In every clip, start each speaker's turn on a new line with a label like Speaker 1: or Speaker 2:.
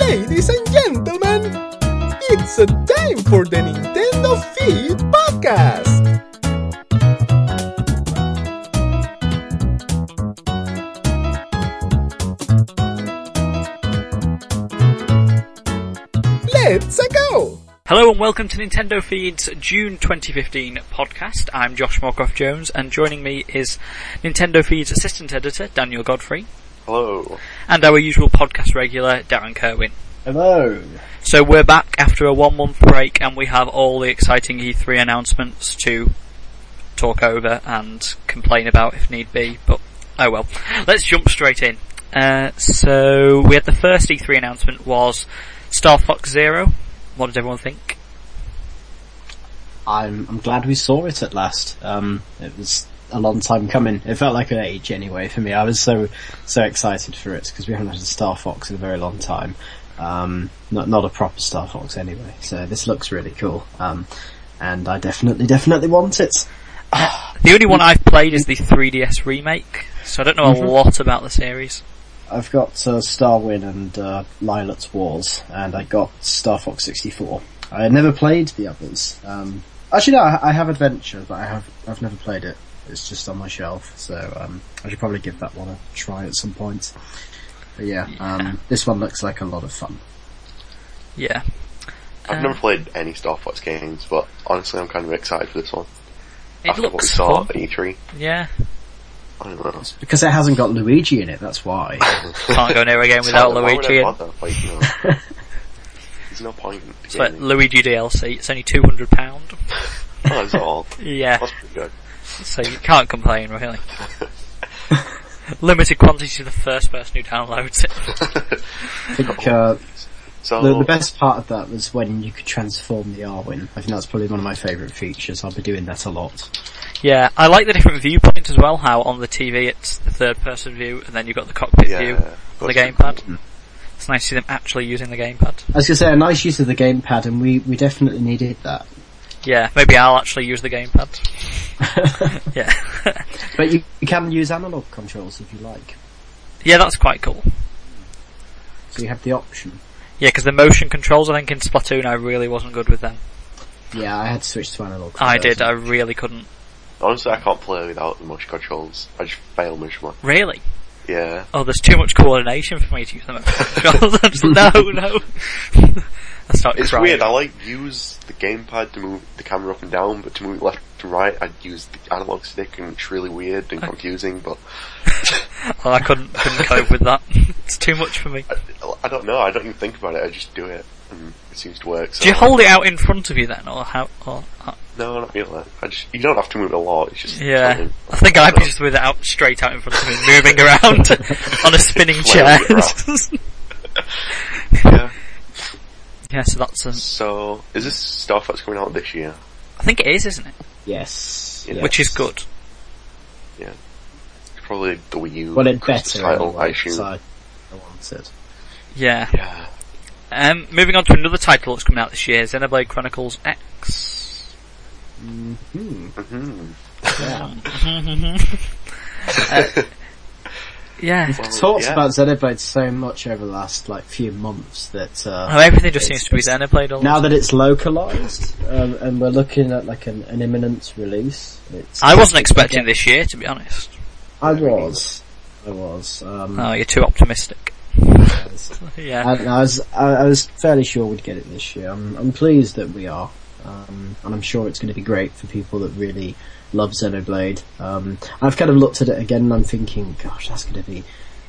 Speaker 1: Ladies and gentlemen, it's a time for the Nintendo Feed Podcast. Let's go!
Speaker 2: Hello and welcome to Nintendo Feed's June 2015 podcast. I'm Josh Morkoff Jones and joining me is Nintendo Feed's assistant editor, Daniel Godfrey,
Speaker 3: Hello.
Speaker 2: and our usual podcast regular, Darren Kerwin.
Speaker 4: Hello.
Speaker 2: So we're back after a one month break and we have all the exciting E3 announcements to talk over and complain about if need be, but oh well. Let's jump straight in. Uh, so we had the first E3 announcement was Star Fox Zero. What did everyone think?
Speaker 4: I'm I'm glad we saw it at last. Um, it was a long time coming. It felt like an age anyway for me. I was so so excited for it because we haven't had a Star Fox in a very long time. Um, not not a proper Star Fox anyway. So this looks really cool. Um, and I definitely definitely want it.
Speaker 2: The only
Speaker 3: Mm-hmm.
Speaker 2: one I've played is the 3DS remake, so I don't know a lot about the series.
Speaker 4: I've got uh, Starwin and uh, Lila's Wars, and I got Star Fox 64. I had never played the others. Um, actually, no, I I have Adventure, but I have I've never played it. It's just on my shelf, so um, I should probably give that one a try at some point. But yeah, Um, this one looks like a lot of fun.
Speaker 2: Yeah.
Speaker 3: I've never played any Star Fox games, but honestly, I'm kind of excited for this one.
Speaker 2: It
Speaker 3: After what we
Speaker 2: looks
Speaker 3: saw
Speaker 2: fun.
Speaker 3: at E3,
Speaker 2: Yeah.
Speaker 3: I don't know.
Speaker 4: Because it hasn't got Luigi in it, that's why.
Speaker 2: Can't go near a game without
Speaker 3: Why would I
Speaker 2: Luigi.
Speaker 3: bother? Like, you know, there's no point. in
Speaker 2: It's like
Speaker 3: gaming.
Speaker 2: Luigi DLC. It's only £200.
Speaker 3: Oh, that's all.
Speaker 2: Yeah.
Speaker 3: That's pretty good.
Speaker 2: So you can't complain, really. Limited quantity to the first person who downloads it.
Speaker 4: I think uh,
Speaker 3: So
Speaker 4: the, the best part of that was when you could transform the Arwin. I think that's probably one of my favourite features. I'll be doing that a lot.
Speaker 2: Yeah, I like the different viewpoints as well, how on the TV it's the third person view and then you've got the cockpit
Speaker 3: Yeah, Mm-hmm.
Speaker 2: view on the
Speaker 3: that's pretty
Speaker 2: gamepad. It's nice to see them actually using the gamepad.
Speaker 4: I was gonna say a nice use of the gamepad, and we, we definitely needed that.
Speaker 2: Yeah, maybe I'll actually use the gamepad. yeah.
Speaker 4: But you, you can use analog controls if you like,
Speaker 2: yeah, that's quite cool.
Speaker 4: so you have the option.
Speaker 2: Yeah, because the motion controls, I think in Splatoon, I really wasn't good with them.
Speaker 4: Yeah, I had to switch to analog. Controls.
Speaker 2: I did, I really couldn't.
Speaker 3: honestly, I can't play without the motion controls. I just fail miserably.
Speaker 2: Really?
Speaker 3: Yeah.
Speaker 2: Oh, there's too much coordination for me to use the motion controls. I'm just like, no, no. I start
Speaker 3: It's
Speaker 2: crying.
Speaker 3: weird, I like use the gamepad to move the camera up and down, but to move it left to right, I'd use the analog stick, and it's really weird and confusing, but
Speaker 2: Oh, I couldn't couldn't cope with that. it's too much for me.
Speaker 3: I- I don't know, I don't even think about it, I just do it, and it seems to work. So
Speaker 2: Do you hold it out in front of you then, or how? Or, uh,
Speaker 3: No, not really. I just you don't have to move it a lot. It's just
Speaker 2: yeah,
Speaker 3: something-
Speaker 2: I think I'd be just with it out straight out in front of me, moving around on a spinning chair.
Speaker 3: Flailing around. Yeah.
Speaker 2: yeah, so that's. Um,
Speaker 3: So is this stuff that's coming out this year?
Speaker 2: I think it is, isn't it?
Speaker 4: Yes.
Speaker 3: Yeah.
Speaker 4: yes.
Speaker 2: Which is good.
Speaker 3: Yeah. It's probably the Wii U.
Speaker 4: Well, it
Speaker 3: Christmas
Speaker 4: better.
Speaker 3: title, I
Speaker 4: anyway, 'cause
Speaker 3: assume.
Speaker 4: I, I want it.
Speaker 2: Yeah.
Speaker 3: Yeah.
Speaker 2: Um, moving on to another title that's coming out this year, Xenoblade Chronicles X.
Speaker 4: Hmm.
Speaker 3: hmm
Speaker 4: Yeah.
Speaker 2: Uh, Yeah.
Speaker 3: Well,
Speaker 4: Talked
Speaker 3: yeah.
Speaker 4: about Xenoblade so much over the last like few months that uh,
Speaker 2: Oh, everything just seems to be Xenoblade all
Speaker 4: now that it's localized um, and we're looking at like an, an imminent release. It's
Speaker 2: I wasn't expecting this year, to be honest.
Speaker 4: I was. I was.
Speaker 3: Hmm.
Speaker 4: Um,
Speaker 2: Oh, you're too optimistic. Yeah.
Speaker 4: I, I was I, I was fairly sure we'd get it this year. I'm, I'm pleased that we are, um, and I'm sure it's going to be great for people that really love Xenoblade. Um, I've kind of looked at it again, and I'm thinking, gosh, that's going to be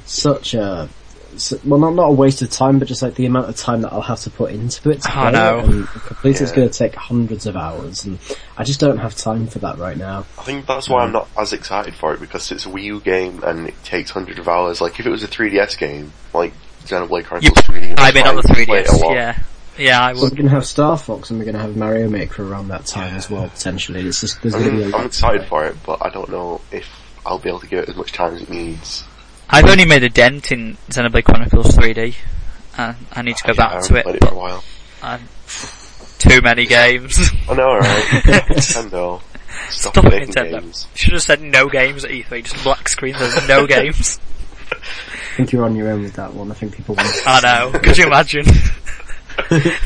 Speaker 4: such a su- well, not not a waste of time, but just like the amount of time that I'll have to put into it. To
Speaker 2: I
Speaker 4: play
Speaker 2: know.
Speaker 4: it and complete it's
Speaker 3: Yeah.
Speaker 4: going to take hundreds of hours, and I just don't have time for that right now.
Speaker 3: I think that's why I'm not as excited for it because it's a Wii U game and it takes hundreds of hours. Like if it was a 3DS game, like Xenoblade
Speaker 2: You,
Speaker 3: Chronicles 3D,
Speaker 2: I've been on the
Speaker 3: I'd play it a
Speaker 2: 3DS,
Speaker 3: lot.
Speaker 2: yeah. Yeah, I
Speaker 4: We're
Speaker 2: would.
Speaker 4: going to have Star Fox, and we're going to have Mario Maker around that time as well. Potentially, it's just there's
Speaker 3: I
Speaker 4: going to be. a
Speaker 3: mean,
Speaker 4: lot
Speaker 3: I'm
Speaker 4: to
Speaker 3: excited
Speaker 4: play.
Speaker 3: for it, but I don't know if I'll be able to give it as much time as it needs.
Speaker 2: I've only made a dent in Xenoblade Chronicles 3D. Uh, I need to go
Speaker 3: I
Speaker 2: back
Speaker 3: haven't
Speaker 2: to it,
Speaker 3: played
Speaker 2: but
Speaker 3: for a while.
Speaker 2: I'm- too many games.
Speaker 3: I know, alright. Nintendo. Stop,
Speaker 2: Stop it,
Speaker 3: making
Speaker 2: Nintendo.
Speaker 3: games.
Speaker 2: E Should have said no games at E3, just black screen, there's no games.
Speaker 4: think you're on your own with that one. I think people want.
Speaker 2: I know. Could you imagine?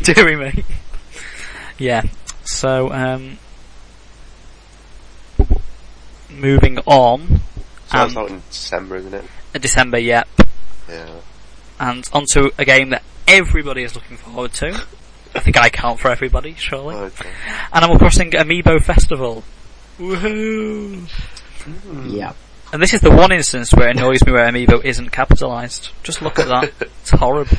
Speaker 2: Dearie me. Yeah. So, um, moving on.
Speaker 3: So that's
Speaker 2: Um,
Speaker 3: out in December, isn't it?
Speaker 2: December, yep.
Speaker 3: Yeah.
Speaker 2: And onto a game that everybody is looking forward to. I think I count for everybody, surely.
Speaker 3: Okay.
Speaker 2: Animal Crossing Amiibo Festival. Woohoo!
Speaker 3: Hmm.
Speaker 4: Yeah.
Speaker 2: And this is the one instance where it annoys me where Amiibo isn't capitalised. Just look at that. It's horrible.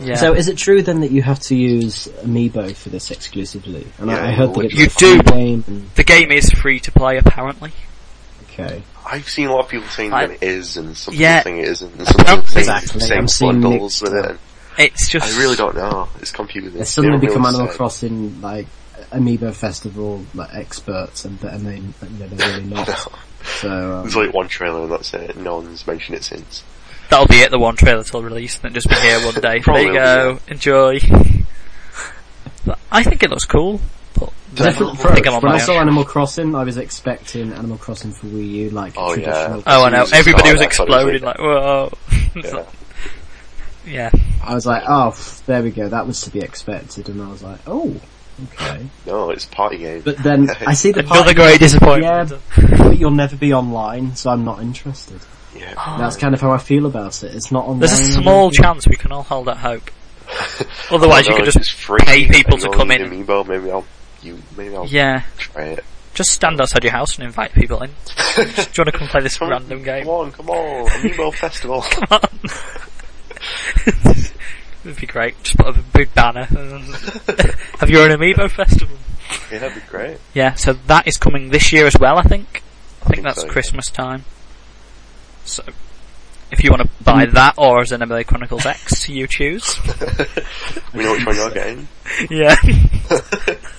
Speaker 2: Yeah.
Speaker 4: So is it true then that you have to use Amiibo for this exclusively? And I, I
Speaker 3: Yeah,
Speaker 4: heard that it's
Speaker 2: you
Speaker 4: a free
Speaker 2: do.
Speaker 4: game. And,
Speaker 2: the game is free to play apparently.
Speaker 4: okay.
Speaker 3: I've seen a lot of people saying
Speaker 2: I-
Speaker 3: that it is, and some
Speaker 2: Yeah.
Speaker 3: people saying it isn't, and some people saying
Speaker 4: Exactly. I'm
Speaker 3: it's
Speaker 4: seeing
Speaker 3: saying bundles
Speaker 4: mixed
Speaker 3: with it.
Speaker 2: It's just
Speaker 3: I really don't know. It's confusing.
Speaker 4: They suddenly
Speaker 3: don't really
Speaker 4: become Animal
Speaker 3: say.
Speaker 4: Crossing like Amiibo Festival like experts, and and they you know, they're really not. So um,
Speaker 3: There's like one trailer and that's it. No one's mentioned it since.
Speaker 2: That'll be it, the one trailer till release, and then just be here one day. there
Speaker 3: Probably
Speaker 2: you
Speaker 3: will
Speaker 2: go,
Speaker 3: be,
Speaker 2: enjoy. But I think it looks cool, but
Speaker 4: Definitely.
Speaker 2: I think I'm on
Speaker 4: when I
Speaker 2: my
Speaker 4: saw
Speaker 2: own.
Speaker 4: Animal Crossing, I was expecting Animal Crossing for Wii U, like
Speaker 3: Oh, yeah.
Speaker 4: traditional.
Speaker 2: Oh, I know.
Speaker 3: Jesus,
Speaker 2: Everybody
Speaker 3: oh,
Speaker 2: was
Speaker 3: that's what it was
Speaker 2: exploding like,
Speaker 3: like.
Speaker 2: whoa.
Speaker 3: Yeah.
Speaker 2: yeah.
Speaker 4: I was like, oh, pff, there we go. That was to be expected, and I was like, oh, okay.
Speaker 3: No, it's a party game.
Speaker 4: But then I see the
Speaker 2: Another
Speaker 4: part,
Speaker 2: great disappointment.
Speaker 4: yeah, but you'll never be online, so I'm not interested.
Speaker 2: Oh.
Speaker 3: yeah.
Speaker 4: That's kind of how I feel about it. It's not online.
Speaker 2: There's a small
Speaker 4: chance.
Speaker 2: chance we can all hold that hope. Otherwise you
Speaker 3: Oh, No,
Speaker 2: could
Speaker 3: it's
Speaker 2: just
Speaker 3: free
Speaker 2: pay people
Speaker 3: and
Speaker 2: to
Speaker 3: no
Speaker 2: come in.
Speaker 3: Amiibo, maybe I'll you maybe I'll
Speaker 2: Yeah.
Speaker 3: try it.
Speaker 2: Just stand outside your house and invite people in. Do you wanna come play this
Speaker 3: Come-
Speaker 2: random game?
Speaker 3: Come on, come on, Amiibo Festival.
Speaker 2: It'd be great. Just put up a big banner. Have your own Amiibo festival.
Speaker 3: yeah, that'd be great.
Speaker 2: Yeah, so that is coming this year as well, I think. I think
Speaker 3: think
Speaker 2: that's
Speaker 3: so, yeah.
Speaker 2: Christmas time. So, if you want to buy
Speaker 4: Mm.
Speaker 2: that or Xenoblade Chronicles X, you choose.
Speaker 3: We know which one you're getting.
Speaker 2: yeah.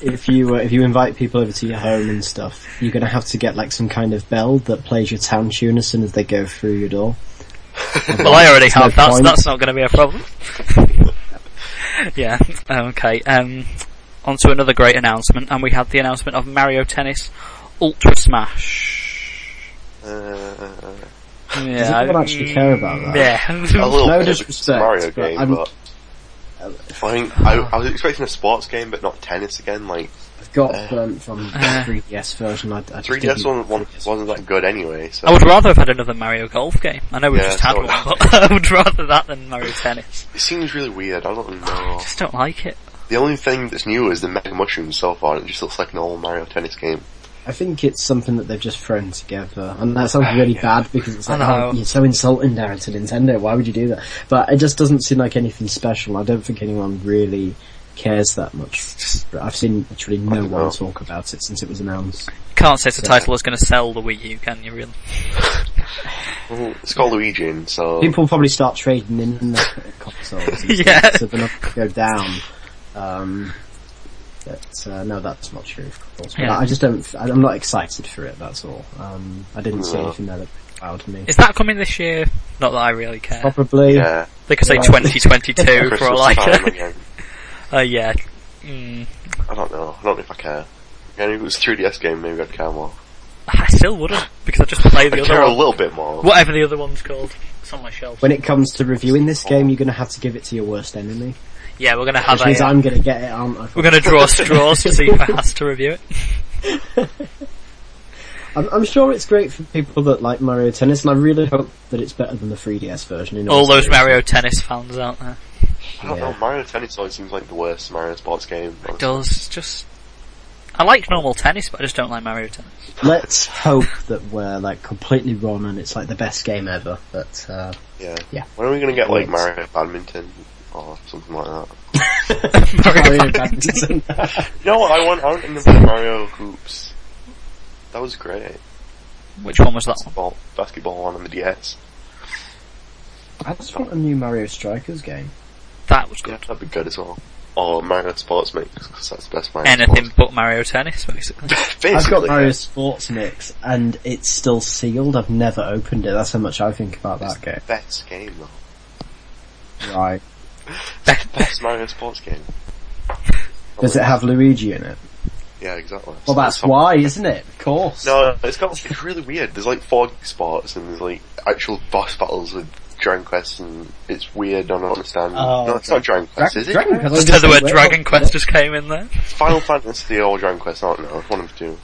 Speaker 4: If you uh, if you invite people over to your home and stuff, you're gonna have to get like some kind of bell that plays your town tune as soon as they go through your door.
Speaker 2: Well, I already
Speaker 4: no
Speaker 2: have. That's
Speaker 4: point.
Speaker 2: that's not going to be a problem. yeah. Okay. Um, on to another great announcement, and we had the announcement of Mario Tennis Ultra Smash.
Speaker 3: Uh,
Speaker 2: Yeah,
Speaker 4: anyone actually care about that?
Speaker 3: a
Speaker 2: Yeah.
Speaker 3: little
Speaker 4: No
Speaker 3: bit of
Speaker 4: disrespect,
Speaker 3: Mario
Speaker 4: but
Speaker 3: game,
Speaker 4: I'm-
Speaker 3: but I think I, I was expecting a sports game, but not tennis again. Like
Speaker 4: I've got burnt from the
Speaker 2: Uh-huh.
Speaker 4: 3DS version. I, I just
Speaker 3: 3DS
Speaker 4: didn't-
Speaker 3: one, one wasn't that good anyway. So
Speaker 2: I would rather have had another Mario Golf game. I know we've
Speaker 3: Yeah,
Speaker 2: just had
Speaker 3: so-
Speaker 2: one, but I would rather that than Mario Tennis.
Speaker 3: it seems really weird. I don't really
Speaker 2: I
Speaker 3: know.
Speaker 2: just don't like it.
Speaker 3: The only thing that's new is the Mega Mushrooms so far. and It just looks like an old Mario Tennis game.
Speaker 4: I think it's something that they've just thrown together, and that sounds really bad because it's
Speaker 2: Ah, I
Speaker 4: like, oh,
Speaker 2: know.
Speaker 4: you're so insulting, Darren, to Nintendo. Why would you do that? But it just doesn't seem like anything special. I don't think anyone really cares that much. But I've seen literally no
Speaker 3: don't
Speaker 4: one
Speaker 3: know.
Speaker 4: talk about it since it was announced.
Speaker 2: Can't say it's a title that's going to sell the Wii U, can you really?
Speaker 3: Well,
Speaker 2: Mm-hmm.
Speaker 3: it's called Luigi, and so
Speaker 2: Oh.
Speaker 4: People will probably start trading in the consoles. and stuff,
Speaker 2: Yeah.
Speaker 4: so they're not gonna go down. Um, but uh, no, that's not true, of course. But
Speaker 2: Yeah.
Speaker 4: I just don't. I'm not excited for it. That's all. Um, I didn't see
Speaker 3: No.
Speaker 4: anything there that wowed me.
Speaker 2: Is that coming this year? Not that I really care.
Speaker 4: Probably.
Speaker 3: yeah,
Speaker 2: They could say
Speaker 4: Oh. Yeah.
Speaker 2: 2022 for
Speaker 3: Christmas
Speaker 2: all I
Speaker 3: time
Speaker 2: care.
Speaker 3: again.
Speaker 2: Uh, yeah. Mm,
Speaker 3: I don't know. I don't know if I care. Again, if it was a 3DS game, maybe I'd care more.
Speaker 2: I still wouldn't because I just play
Speaker 3: I
Speaker 2: the
Speaker 3: care
Speaker 2: other
Speaker 3: a
Speaker 2: one.
Speaker 3: little bit more.
Speaker 2: Whatever the other one's called, it's on my shelf.
Speaker 4: When it comes to reviewing this game, you're going to have to give it to your worst enemy,
Speaker 2: Yeah, we're gonna have
Speaker 4: which means
Speaker 2: a. uh,
Speaker 4: I'm going to get it, aren't I?
Speaker 2: We're gonna draw straws to see who has to review it.
Speaker 4: I'm, I'm sure it's great for people that like Mario Tennis, and I really hope that it's better than the 3DS version. In
Speaker 2: All those
Speaker 4: seriousness.
Speaker 2: Mario Tennis fans out there.
Speaker 3: I don't
Speaker 4: Yeah.
Speaker 3: know. Oh, Mario Tennis always seems like the worst Mario sports game.
Speaker 2: Does just. I like normal tennis, but I just don't like Mario Tennis.
Speaker 4: Let's hope that we're like completely wrong and it's like the best game ever. But uh,
Speaker 3: Yeah.
Speaker 4: Yeah.
Speaker 3: When are we gonna get like
Speaker 4: Works.
Speaker 3: Mario Badminton or something like that?
Speaker 2: Mario
Speaker 4: Mario
Speaker 2: Tennis.
Speaker 4: Badminton.
Speaker 3: You know what? I want. I want to play Mario Hoops. That was great.
Speaker 2: Which one was that one?
Speaker 3: Ball, basketball one on the DS.
Speaker 4: I just want a new Mario Strikers game.
Speaker 2: That was
Speaker 3: Yeah,
Speaker 2: good.
Speaker 3: that'd be good as well. Or Mario Sports Mix because that's the best Mario.
Speaker 2: Anything
Speaker 3: Sports.
Speaker 2: but Mario Tennis, basically.
Speaker 3: Basically,
Speaker 4: I've got Mario
Speaker 3: yeah.
Speaker 4: Sports Mix, and it's still sealed. I've never opened it. That's how much I think about that game.
Speaker 3: Best game though.
Speaker 4: Right?
Speaker 3: Best Mario Sports game.
Speaker 4: Does it have Luigi in it?
Speaker 3: Yeah, exactly.
Speaker 4: Well, that's
Speaker 3: So-
Speaker 4: why, isn't it? Of course.
Speaker 3: No, it's got it's really weird. There's like four sports and there's like actual boss battles with Dragon Quest, and it's weird. I don't understand.
Speaker 4: Oh,
Speaker 3: no, it's not Dragon Quest, is it?
Speaker 4: Dragon Quest.
Speaker 2: Just the word Dragon Quest just came in there.
Speaker 3: Final Fantasy or Dragon Quest? I don't know. It's one of the two.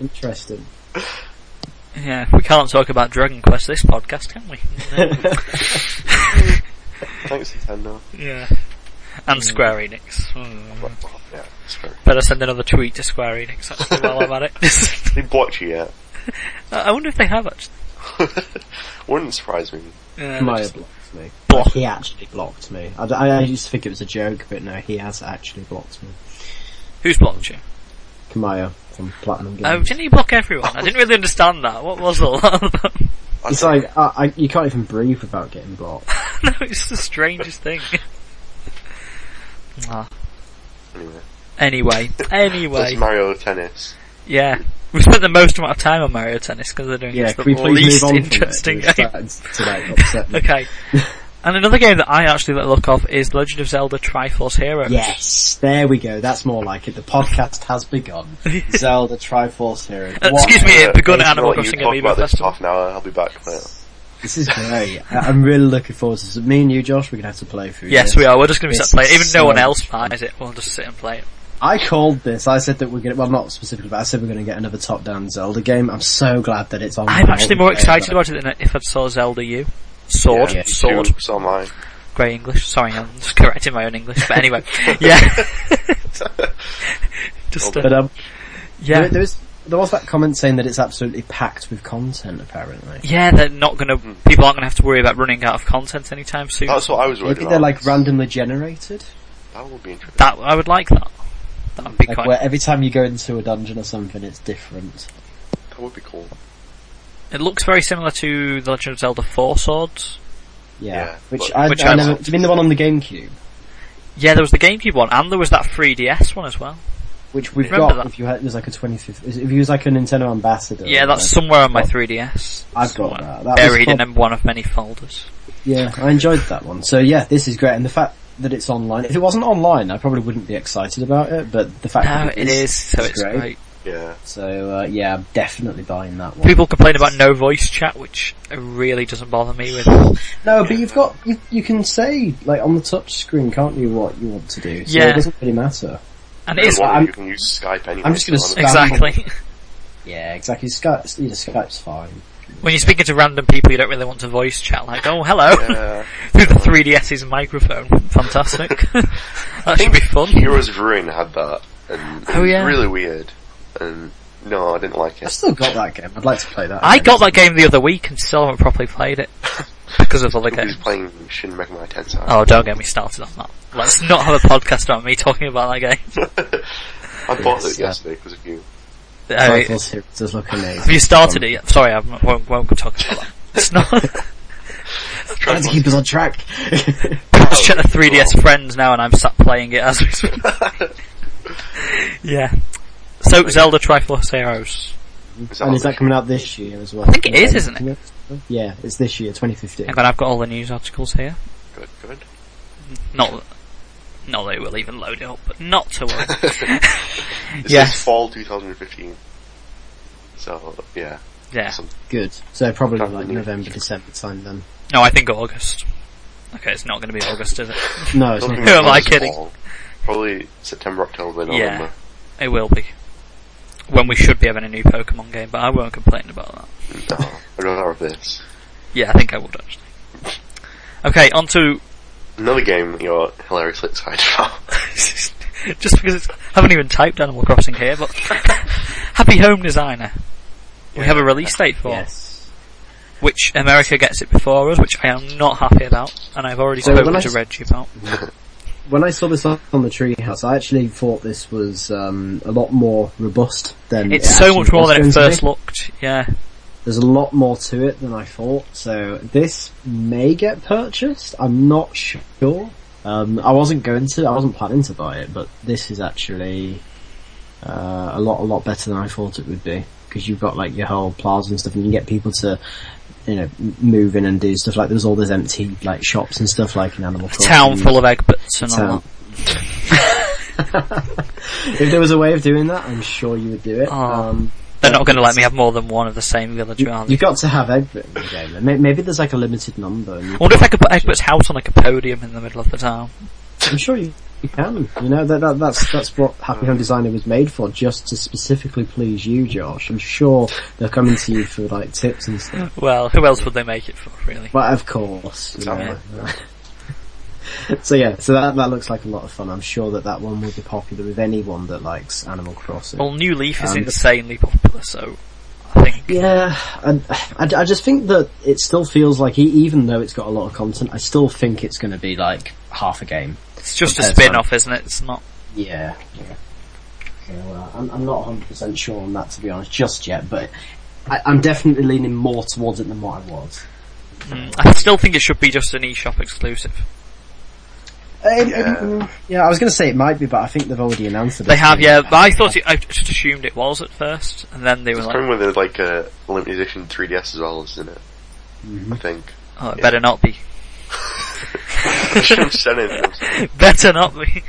Speaker 4: Interesting.
Speaker 2: Yeah, we can't talk about Dragon Quest this podcast, can we?
Speaker 3: Thanks, Nintendo.
Speaker 2: yeah. And Square Enix. Hmm.
Speaker 3: Well, oh, yeah, it's fair.
Speaker 2: Better send another tweet to Square Enix actually while I'm at it.
Speaker 3: They blocked you yet?
Speaker 2: I wonder if they have actually.
Speaker 3: Wouldn't surprise me.
Speaker 2: Yeah, they
Speaker 4: Maya
Speaker 2: just-
Speaker 4: blocked me.
Speaker 2: Block.
Speaker 4: He actually blocked me. I, I, I used to think it was a joke, but no, he has actually blocked me.
Speaker 2: Who's blocked you?
Speaker 4: Kamaya from Platinum Games.
Speaker 2: Oh, didn't you block everyone? I didn't really understand that. What was all that? about?
Speaker 3: I
Speaker 4: It's
Speaker 3: don't-
Speaker 4: like, I, I, you can't even breathe without getting blocked.
Speaker 2: no, it's the strangest thing. Ah.
Speaker 3: anyway.
Speaker 2: Anyway,
Speaker 3: That's
Speaker 2: anyway,
Speaker 3: Mario Tennis.
Speaker 2: yeah, we spent the most amount of time on Mario Tennis considering
Speaker 4: Yeah,
Speaker 2: it's the
Speaker 4: can we please
Speaker 2: least
Speaker 4: move on
Speaker 2: interesting
Speaker 4: from it?
Speaker 2: game.
Speaker 4: It's starting to, like, upset me.
Speaker 2: Okay. And another game that I actually let look of is Legend of Zelda Triforce Heroes.
Speaker 4: Yes, there we go. That's more like it. The podcast has begun. Zelda Triforce Hero.
Speaker 2: Uh,
Speaker 4: What-
Speaker 2: excuse me, it begun at
Speaker 3: Thanks for
Speaker 2: Animal
Speaker 3: letting you
Speaker 2: Crossing
Speaker 3: talk
Speaker 2: Amiibo
Speaker 3: about this for
Speaker 2: Festival.
Speaker 3: half an hour. I'll be back later.
Speaker 4: This is great. I- I'm really looking forward to this. Me and you, Josh, we're gonna have to play through.
Speaker 2: Yes,
Speaker 4: this.
Speaker 2: we are. We're just going to be
Speaker 4: This
Speaker 2: sat playing.
Speaker 4: is
Speaker 2: Even no one
Speaker 4: so-
Speaker 2: else buys it. We'll just sit and play it.
Speaker 4: I called this. I said that we're gonna. Well, not specifically, but I said we're gonna get another top-down Zelda game. I'm so glad that it's on.
Speaker 2: I'm actually more
Speaker 4: multiplayer.
Speaker 2: excited about it than if I saw Zelda U. Sword,
Speaker 4: Yeah,
Speaker 2: sword,
Speaker 3: Dude, So am I.
Speaker 2: grey English. Sorry, I'm just correcting my own English. But anyway, yeah. just
Speaker 4: But
Speaker 2: uh,
Speaker 4: um, there,
Speaker 2: yeah,
Speaker 4: there was there was that comment saying that it's absolutely packed with content. Apparently,
Speaker 2: yeah. They're not gonna.
Speaker 4: Hmm.
Speaker 2: People aren't gonna have to worry about running out of content anytime soon.
Speaker 3: That's what I was worried
Speaker 4: maybe they're
Speaker 3: about.
Speaker 4: like randomly generated.
Speaker 3: That would be interesting.
Speaker 2: That I would like that. That would be
Speaker 4: Like
Speaker 2: quite.
Speaker 4: where every time you go into a dungeon or something, it's different.
Speaker 3: That would be cool.
Speaker 2: It looks very similar to The Legend of Zelda Four Swords.
Speaker 4: Yeah,
Speaker 3: Yeah,
Speaker 4: which
Speaker 3: but-
Speaker 4: I,
Speaker 2: Which
Speaker 4: I
Speaker 2: I-
Speaker 4: never. Do you mean the one on the GameCube?
Speaker 2: Yeah, there was the GameCube one, and there was that 3DS one as well.
Speaker 4: Which we've
Speaker 2: Remember
Speaker 4: got.
Speaker 2: that?
Speaker 4: If you had, it was like a 25th. If you was like a Nintendo ambassador.
Speaker 2: Yeah, that's
Speaker 4: like-
Speaker 2: somewhere on my
Speaker 4: I've got-
Speaker 2: 3DS.
Speaker 4: I've got
Speaker 2: Somewhere.
Speaker 4: that. That was
Speaker 2: buried
Speaker 4: prob-
Speaker 2: in one of many folders.
Speaker 4: Yeah, I enjoyed that one. So yeah, this is great, and the fact that it's online. If it wasn't online, I probably wouldn't be excited about it. But the fact
Speaker 2: No,
Speaker 4: that
Speaker 2: it is. So it's great.
Speaker 3: Yeah.
Speaker 4: So uh, yeah, I'm definitely buying that one.
Speaker 2: People complain about no voice chat, which really doesn't bother me with.
Speaker 4: No, but you've got you, you can say like on the touch screen, can't you? What you want to do? So
Speaker 2: Yeah.
Speaker 4: it doesn't really matter.
Speaker 2: And it is
Speaker 3: Well,
Speaker 4: I'm-
Speaker 3: you can use Skype anyway.
Speaker 4: I'm just gonna
Speaker 3: so
Speaker 4: spam-
Speaker 2: exactly
Speaker 4: Yeah, exactly. Skype, you know, Skype's fine.
Speaker 2: when you're speaking to random people, you don't really want to voice chat. Like, oh, hello
Speaker 3: Yeah.
Speaker 2: through the 3DS's microphone. Fantastic. that should be fun.
Speaker 3: Heroes of Ruin had that, and it
Speaker 2: Oh,
Speaker 3: was
Speaker 2: yeah.
Speaker 3: really weird. And no, I didn't like
Speaker 4: I've
Speaker 3: it.
Speaker 4: still got that game. I'd like to play that.
Speaker 2: I
Speaker 4: again.
Speaker 2: got that game the other week and still haven't properly played it because of other
Speaker 3: He
Speaker 2: games.
Speaker 3: was playing Shin Megami Tensei.
Speaker 2: Oh, don't get me started on that. Let's not have a podcast on me talking about that game.
Speaker 3: I bought
Speaker 4: Yes,
Speaker 3: it
Speaker 4: yeah.
Speaker 3: yesterday because of you.
Speaker 2: Uh,
Speaker 4: Triforce Heroes does look amazing.
Speaker 2: have you started it yet? Sorry, I won't, won't go talk about that. It's not.
Speaker 4: Trying to keep us on track.
Speaker 2: Just check the 3DS friends now, and I'm sat playing it as we speak. yeah. So Zelda Triforce Heroes.
Speaker 3: Is
Speaker 4: and is
Speaker 3: on?
Speaker 4: that coming out this year as well?
Speaker 2: I think it is, isn't
Speaker 4: it? Yeah, it's this year, 2015.
Speaker 2: Hang on, I've got all the news articles here.
Speaker 3: good? Good.
Speaker 2: Not, not that it will even load it up, but not to worry.
Speaker 3: This
Speaker 2: Yes.
Speaker 3: is fall 2015. So yeah,
Speaker 2: Yeah.
Speaker 3: some-
Speaker 4: Good. So probably
Speaker 3: Can't
Speaker 4: like
Speaker 3: believe it.
Speaker 4: November, December time then.
Speaker 2: No, I think August. Okay, it's not going to be August, is it?
Speaker 4: No,
Speaker 3: I
Speaker 4: it's not.
Speaker 3: don't think
Speaker 2: Who
Speaker 3: it's
Speaker 2: am I
Speaker 3: this
Speaker 2: kidding?
Speaker 3: fall. Probably September, October,
Speaker 2: Yeah.
Speaker 3: November.
Speaker 2: It will be. When we should be having a new Pokemon game, but I won't complain about that.
Speaker 3: No, I don't know of this.
Speaker 2: Yeah, I think I would actually. Okay, on to
Speaker 3: Another game that you're hilariously excited about.
Speaker 2: just because it's, haven't even typed Animal Crossing here, but Happy Home Designer. We have a release date for,
Speaker 4: Yes.
Speaker 2: which America gets it before us, which I am not happy about, and I've already
Speaker 4: So
Speaker 2: spoken
Speaker 4: when I
Speaker 2: to
Speaker 4: s-
Speaker 2: Reggie about.
Speaker 4: When I saw this on on the treehouse, I actually thought this was um, a lot more robust than.
Speaker 2: It's
Speaker 4: it
Speaker 2: so
Speaker 4: actually
Speaker 2: much more
Speaker 4: was
Speaker 2: than it
Speaker 4: going to be.
Speaker 2: first looked, yeah.
Speaker 4: There's a lot more to it than I thought. So this may get purchased. I'm not sure. Um, I wasn't going to. I wasn't planning to buy it, but this is actually uh, a lot, a lot better than I thought it would be. Because you've got like your whole plaza and stuff, and you can get people to, you know, m- move in and do stuff. Like there's all those empty like shops and stuff, like in Animal Crossing.
Speaker 2: Town full of Egberts and all
Speaker 4: Town. if there was a way of doing that, I'm sure you would do it.
Speaker 2: Oh.
Speaker 4: Um,
Speaker 2: They're not going to let me have more than one of the same villager, are they?
Speaker 4: You've got to have Egbert in the game. and may- Maybe there's like a limited number. And you
Speaker 2: I wonder if I could put Egbert's house on like a podium in the middle of the town.
Speaker 4: I'm sure you, you can. You know that, that that's that's what Happy Home Designer was made for, just to specifically please you, Josh. I'm sure they're coming to you for like tips and stuff.
Speaker 2: Well, who else would they make it for, really?
Speaker 4: But of course, you know. so yeah, so that that looks like a lot of fun. I'm sure that that one will be popular with anyone that likes Animal Crossing.
Speaker 2: Well, New Leaf is
Speaker 4: Um,
Speaker 2: insanely popular, so I think
Speaker 4: Yeah, and I, I just think that it still feels like, e- even though it's got a lot of content, I still think it's going to be like half a game.
Speaker 2: it's just a
Speaker 4: Compared to-
Speaker 2: spin-off, isn't it? It's not.
Speaker 4: Yeah. yeah. Okay, well, I'm, I'm not 100% sure on that to be honest just yet, but I, I'm definitely leaning more towards it than what I was.
Speaker 2: Mm, I still think it should be just an eShop exclusive.
Speaker 4: Yeah, yeah I was going to say Uh, it might be, but I think they've already announced it.
Speaker 2: They have, yeah. But I thought it, I just assumed it was at first, and then they were
Speaker 3: It's
Speaker 2: like,
Speaker 3: coming with a, like a limited edition 3DS as well, isn't it? I think.
Speaker 2: "Oh, it better not be.
Speaker 3: I should have said it.
Speaker 2: Better not be."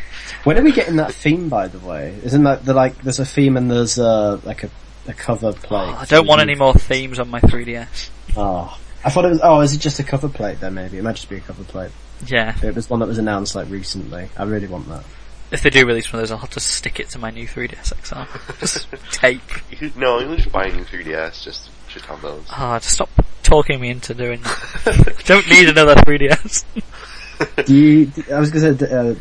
Speaker 4: When are we getting that theme, by the way? Isn't that the, like there's a theme and there's uh, like a, a cover plate?
Speaker 2: Oh, I don't want any more themes on my 3DS.
Speaker 4: Oh, I thought it was. Oh, is it just a cover plate then? Maybe it might just be a cover plate.
Speaker 2: Yeah,
Speaker 4: It was one that was announced like recently. I really want that.
Speaker 2: if they do release one of those, I'll have to stick it to my new 3DS XR. Just tape.
Speaker 3: You could- No, you should buy a new 3DS, just, just have those.
Speaker 2: Ah, just stop talking me into doing that. don't need another 3DS.
Speaker 4: Do you? I was gonna say, uh,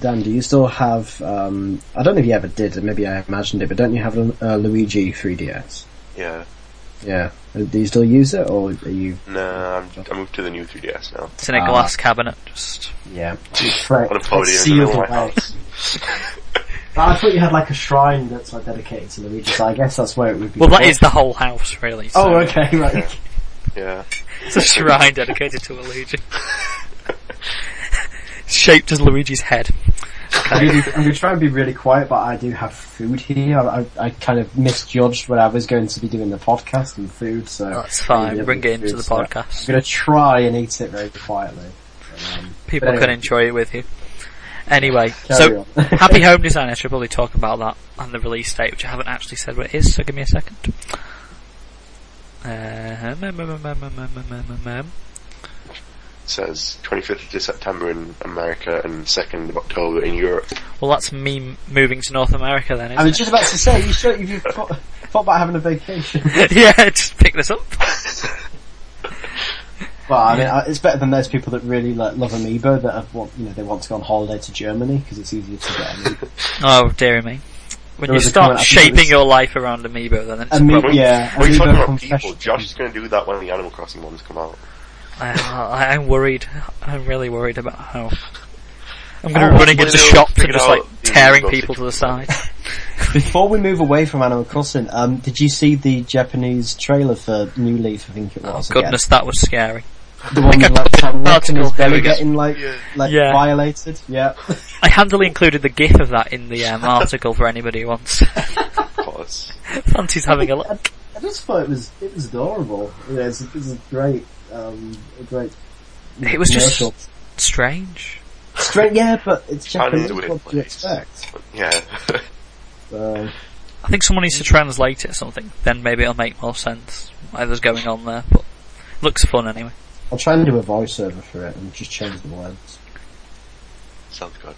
Speaker 4: Dan, do you still have? Um, I don't know if you ever did, and maybe I imagined it, but don't you have a, a Luigi 3DS?
Speaker 3: Yeah.
Speaker 4: Yeah. Uh, Do you still use it, or are you?
Speaker 3: Nah, I'm, I moved to the new 3DS now.
Speaker 2: It's in a
Speaker 4: Ah.
Speaker 2: glass cabinet. Just
Speaker 4: Yeah.
Speaker 3: On a podium in the middle of my house.
Speaker 4: I thought you had like a shrine that's like dedicated to Luigi, so I guess that's where it would be.
Speaker 2: well, that is the whole house, really. So.
Speaker 4: Oh, okay, right.
Speaker 3: Yeah.
Speaker 2: It's a shrine dedicated to Luigi. Shaped as Luigi's head.
Speaker 4: I'm gonna, I'm gonna try and be really quiet, but I do have food here. I, I, I kind of misjudged when I was going to be doing the podcast and food, so
Speaker 2: That's fine,
Speaker 4: Yeah,
Speaker 2: bring it into
Speaker 4: food,
Speaker 2: the
Speaker 4: so
Speaker 2: podcast.
Speaker 4: I'm gonna try and eat it very quietly. Um,
Speaker 2: People
Speaker 4: But
Speaker 2: can
Speaker 4: anyway.
Speaker 2: enjoy it with you. Anyway,
Speaker 4: Carry
Speaker 2: so
Speaker 4: on.
Speaker 2: Happy Home Design, I should probably talk about that and the release date, which I haven't actually said what it is, so give me a second. Uh, mm, mm, mm, mm, mm, mm, mm, mm, mm.
Speaker 3: It says 25th of September in America and 2nd of October in Europe.
Speaker 2: Well, that's me moving to North America then,
Speaker 4: I
Speaker 2: isn't
Speaker 4: was just about to say, you should, you've thought, thought about having a vacation.
Speaker 2: it? yeah, just pick this up.
Speaker 4: Well, I mean, I- it's better than those people that really like, love Amiibo that have, want, you know, they want to go on holiday to Germany because it's easier to get Amiibo.
Speaker 2: Oh, dear me. When
Speaker 4: There
Speaker 2: you
Speaker 4: was a
Speaker 2: start
Speaker 4: comment, I think it
Speaker 2: shaping
Speaker 4: was-
Speaker 2: your life around Amiibo, then it's a
Speaker 4: Ami-
Speaker 2: problem.
Speaker 3: We're-
Speaker 4: Yeah,
Speaker 3: We're
Speaker 4: Amiibo
Speaker 3: talking about people.
Speaker 4: confession.
Speaker 3: Josh is going to do that when the Animal Crossing ones come out.
Speaker 2: I, I'm worried. I'm really worried about how I'm going to
Speaker 3: Oh,
Speaker 2: be running
Speaker 3: well,
Speaker 2: into
Speaker 3: they'll
Speaker 2: shops and
Speaker 3: figure
Speaker 2: just
Speaker 3: out
Speaker 2: like
Speaker 3: the
Speaker 2: tearing
Speaker 3: illegal
Speaker 2: people to the side.
Speaker 4: Before we move away from Animal Crossing, um, did you see the Japanese trailer for New Leaf? I think it was. again?
Speaker 2: Oh, Goodness, that was scary.
Speaker 4: the one
Speaker 2: think I
Speaker 4: with like
Speaker 2: put it in
Speaker 4: Sam
Speaker 2: an
Speaker 4: Rock and his
Speaker 2: article. There we
Speaker 4: belly
Speaker 2: go.
Speaker 4: getting like like
Speaker 2: Yeah.
Speaker 4: violated. Yeah.
Speaker 2: I handily included the GIF of that in the um, article for anybody who wants.
Speaker 3: Of course.
Speaker 2: Fancy's having a look.
Speaker 4: I just thought it was it was adorable. You know, it's, it's a great um a great.
Speaker 2: It was just
Speaker 4: commercial.
Speaker 2: strange.
Speaker 4: straight. Yeah, but it's
Speaker 3: Found
Speaker 4: Japanese.
Speaker 3: it in a weird
Speaker 4: What do you
Speaker 3: place.
Speaker 4: expect? Uh,
Speaker 3: Yeah.
Speaker 4: So,
Speaker 2: I think someone needs to translate it or something. Then maybe it'll make more sense. Whatever's going on there, but looks fun anyway.
Speaker 4: I'll try and do a voiceover for it and just change the words.
Speaker 3: Sounds good.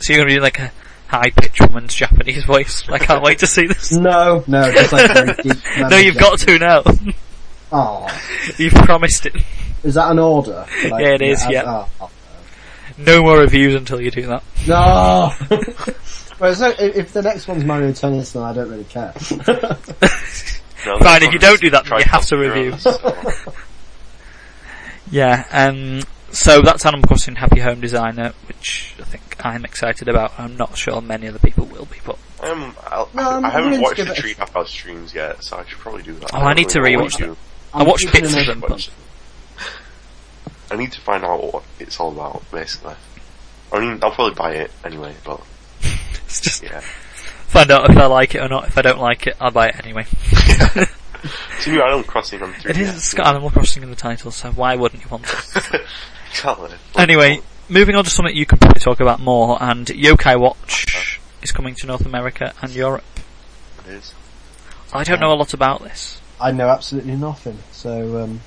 Speaker 2: So you're going to be like a high-pitched woman's Japanese voice. I can't wait to see this.
Speaker 4: No, no, just like very deep.
Speaker 2: No, you've got to now.
Speaker 4: Oh,
Speaker 2: You've promised it.
Speaker 4: is that an order? Like,
Speaker 2: Yeah, it is,
Speaker 4: as-
Speaker 2: yeah.
Speaker 4: oh.
Speaker 2: No more reviews until you do that.
Speaker 4: No. well, so if, if the next one's Mario Tennis, then I don't really care.
Speaker 3: No,
Speaker 2: Fine,
Speaker 3: no,
Speaker 2: if you don't do that, then
Speaker 3: try
Speaker 2: you have to
Speaker 3: something
Speaker 2: review.
Speaker 3: else, so.
Speaker 2: Yeah, um, so that's Animal Crossing Happy Home Designer, which I think I'm excited about. I'm not sure many other people will be, but
Speaker 3: Um, I'll,
Speaker 4: No, I'm
Speaker 3: I haven't
Speaker 4: willing to
Speaker 3: watched
Speaker 4: give
Speaker 3: the
Speaker 4: it a-
Speaker 3: Tree House streams yet, so I should probably do that.
Speaker 2: Oh, I need to
Speaker 3: really know
Speaker 2: rewatch
Speaker 3: what you
Speaker 2: I watched
Speaker 4: thinking
Speaker 2: bits of
Speaker 4: of-
Speaker 2: them.
Speaker 3: do.
Speaker 2: But
Speaker 3: I need to find out what it's all about, basically. I mean, I'll probably buy it anyway, but
Speaker 2: it's just
Speaker 3: yeah.
Speaker 2: find out if I like it or not. If I don't like it, I'll buy it anyway.
Speaker 3: It's a new Animal Crossing on 3DS.
Speaker 2: It is it's got Animal Crossing in the title, so why wouldn't you want it?
Speaker 3: Exactly.
Speaker 2: Anyway, moving on to something you can probably talk about more, and Yokai Watch is coming to North America and Europe.
Speaker 3: It is.
Speaker 2: I don't know a lot about this.
Speaker 4: I know absolutely nothing. So um,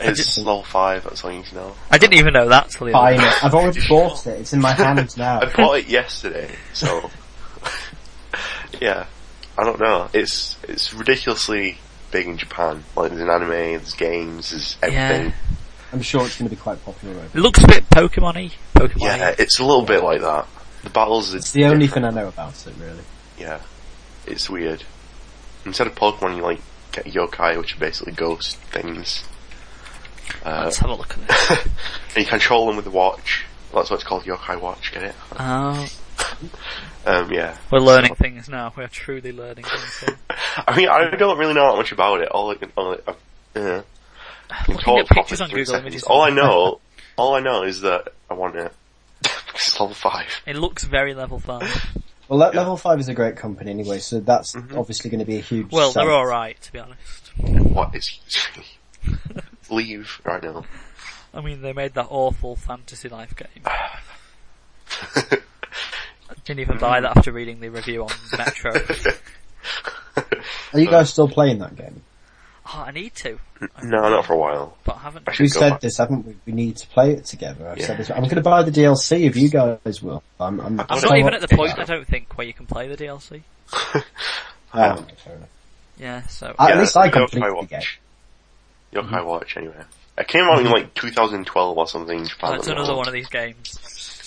Speaker 3: It's level 5, that's all you need to know.
Speaker 2: I didn't even know that till the
Speaker 4: buying
Speaker 2: other
Speaker 4: it. I've already bought it. It's in my hands
Speaker 3: I
Speaker 2: Uh,
Speaker 4: now.
Speaker 3: bought it yesterday, so yeah, I don't know. It's it's ridiculously big in Japan. Like there's an anime, there's games, there's everything.
Speaker 4: I'm sure it's going to be quite popular. Over.
Speaker 2: It looks a bit Pokemon-y. Pokemon.
Speaker 3: Yeah, it's a little bit like that. The battles.
Speaker 4: It's the only thing I know about it, really.
Speaker 3: Yeah, it's weird. Instead of Pokemon, you like get yokai, which are basically ghost things. Uh,
Speaker 2: Let's have a look at this.
Speaker 3: and you control them with the watch. That's what it's called, yokai watch. Get it?
Speaker 2: Oh,
Speaker 3: Um, yeah.
Speaker 2: we're learning things now. We're truly learning things. Here.
Speaker 3: I mean, I don't really know that much about it. All I can, all I, uh, can
Speaker 2: Looking
Speaker 3: talk
Speaker 2: at pictures
Speaker 3: properly
Speaker 2: on
Speaker 3: for
Speaker 2: Google
Speaker 3: seconds.
Speaker 2: Images.
Speaker 3: All I know, all I know is that I want it. it's level five.
Speaker 2: It looks very level five.
Speaker 4: Well, Le- Level 5 is a great company anyway, so that's
Speaker 3: Mm-hmm.
Speaker 4: obviously going to be a huge
Speaker 2: Well,
Speaker 4: seller.
Speaker 2: they're all right, to be honest.
Speaker 3: What is? Leave right now.
Speaker 2: I mean, they made that awful Fantasy Life game. I didn't even buy that after reading the review on Metro.
Speaker 4: Are you guys still playing that game?
Speaker 2: oh, I need to,
Speaker 3: No, not for a while.
Speaker 2: but I haven't.
Speaker 3: I should
Speaker 4: We
Speaker 3: go
Speaker 4: said
Speaker 3: back.
Speaker 4: this, haven't we? We need to play it together. I've
Speaker 3: Yeah.
Speaker 4: said this. I'm going to buy the DLC if you guys will. I'm, I'm,
Speaker 2: I'm
Speaker 3: So
Speaker 2: not even
Speaker 3: what-
Speaker 2: at the point, I don't think, where you can play the DLC.
Speaker 4: Ah, okay, fair enough.
Speaker 2: Yeah, so.
Speaker 4: At
Speaker 3: Yeah,
Speaker 4: least I
Speaker 3: Yokai
Speaker 4: completed the
Speaker 3: Watch.
Speaker 4: game.
Speaker 3: Yokai Watch, anyway. It came out in
Speaker 4: Mm-hmm.
Speaker 3: like 2012 or something. in Japan.
Speaker 2: That's Oh, another one of these games.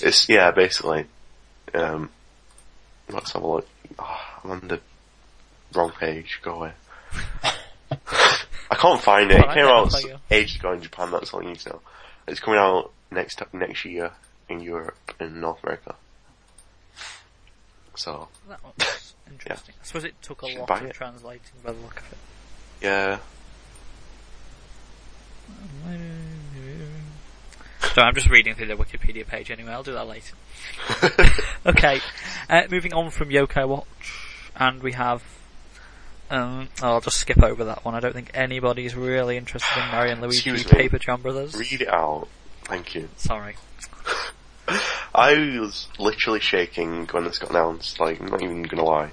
Speaker 3: It's yeah, basically. Um, let's have a look. Ah, I'm on the wrong page. Go away. I can't find it. It
Speaker 2: Alright,
Speaker 3: came
Speaker 2: I'll
Speaker 3: out
Speaker 2: tell you.
Speaker 3: ages ago in Japan. That's all you need to know. It's coming out next next year in Europe and North America. So
Speaker 2: That one's interesting. I suppose it took a
Speaker 3: Should
Speaker 2: lot
Speaker 3: buy
Speaker 2: of
Speaker 3: it.
Speaker 2: translating by the look of it.
Speaker 3: yeah,
Speaker 2: So I'm just reading through the Wikipedia page anyway, I'll do that later. okay, uh, moving on from Yoko Watch, and we have, um, oh, I'll just skip over that one, I don't think anybody's really interested in Mario and Luigi
Speaker 3: Excuse me.
Speaker 2: Paper Jam Brothers.
Speaker 3: read it out. Thank you.
Speaker 2: Sorry.
Speaker 3: I was literally shaking when this got announced. Like, I'm not even gonna lie.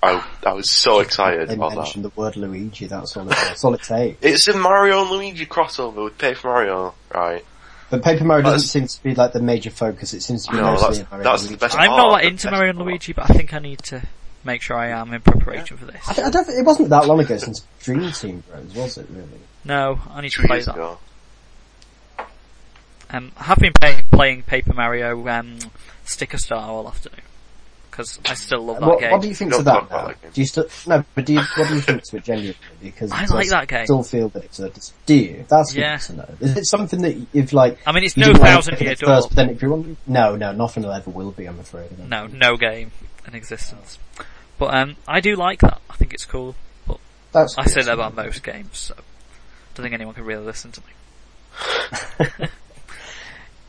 Speaker 3: I I was so excited
Speaker 4: They
Speaker 3: about that.
Speaker 4: mentioned the word Luigi, that's all it, that's all it takes.
Speaker 3: It's a Mario and Luigi crossover with Paper Mario, right?
Speaker 4: But Paper Mario doesn't
Speaker 3: That's-
Speaker 4: seem to be like the major focus, it seems to be
Speaker 3: No,
Speaker 4: mostly
Speaker 3: that's-
Speaker 4: a Mario
Speaker 3: that's the
Speaker 4: Luigi.
Speaker 3: best-
Speaker 2: I'm
Speaker 3: Oh,
Speaker 2: not like,
Speaker 3: the
Speaker 2: into
Speaker 3: best
Speaker 2: Mario and
Speaker 3: part.
Speaker 2: Luigi, but I think I need to make sure I am in preparation for
Speaker 4: I,
Speaker 2: this.
Speaker 4: th- I don't, think- it wasn't that long ago since Dream Team Bros, was it really?
Speaker 2: No, I need to
Speaker 3: Two
Speaker 2: play
Speaker 3: years
Speaker 2: that.
Speaker 3: ago.
Speaker 2: Um, I have been pay- playing Paper Mario um, Sticker Star all afternoon because I still love that
Speaker 4: What,
Speaker 2: game.
Speaker 4: what do you think
Speaker 3: Don't
Speaker 4: of that?
Speaker 3: talk about
Speaker 4: now?
Speaker 3: that game.
Speaker 4: Do you still no? But do you, what do you think to it genuinely? Because
Speaker 2: I
Speaker 4: it
Speaker 2: like
Speaker 4: does
Speaker 2: that game.
Speaker 4: Still feel that it's a dis- do you? That's
Speaker 2: Yeah.
Speaker 4: good to know. Is it something that if like
Speaker 2: I mean, it's
Speaker 4: you
Speaker 2: no
Speaker 4: didn't like
Speaker 2: thousand
Speaker 4: it
Speaker 2: year
Speaker 4: at first,
Speaker 2: door.
Speaker 4: but then if you want, no, no, nothing will ever will be. I'm afraid.
Speaker 2: No, no game in existence. But um, I do like that. I think it's cool. But
Speaker 4: that's
Speaker 2: I
Speaker 4: good
Speaker 2: say
Speaker 4: to
Speaker 2: that
Speaker 4: know.
Speaker 2: about most games, so don't think anyone can really listen to me.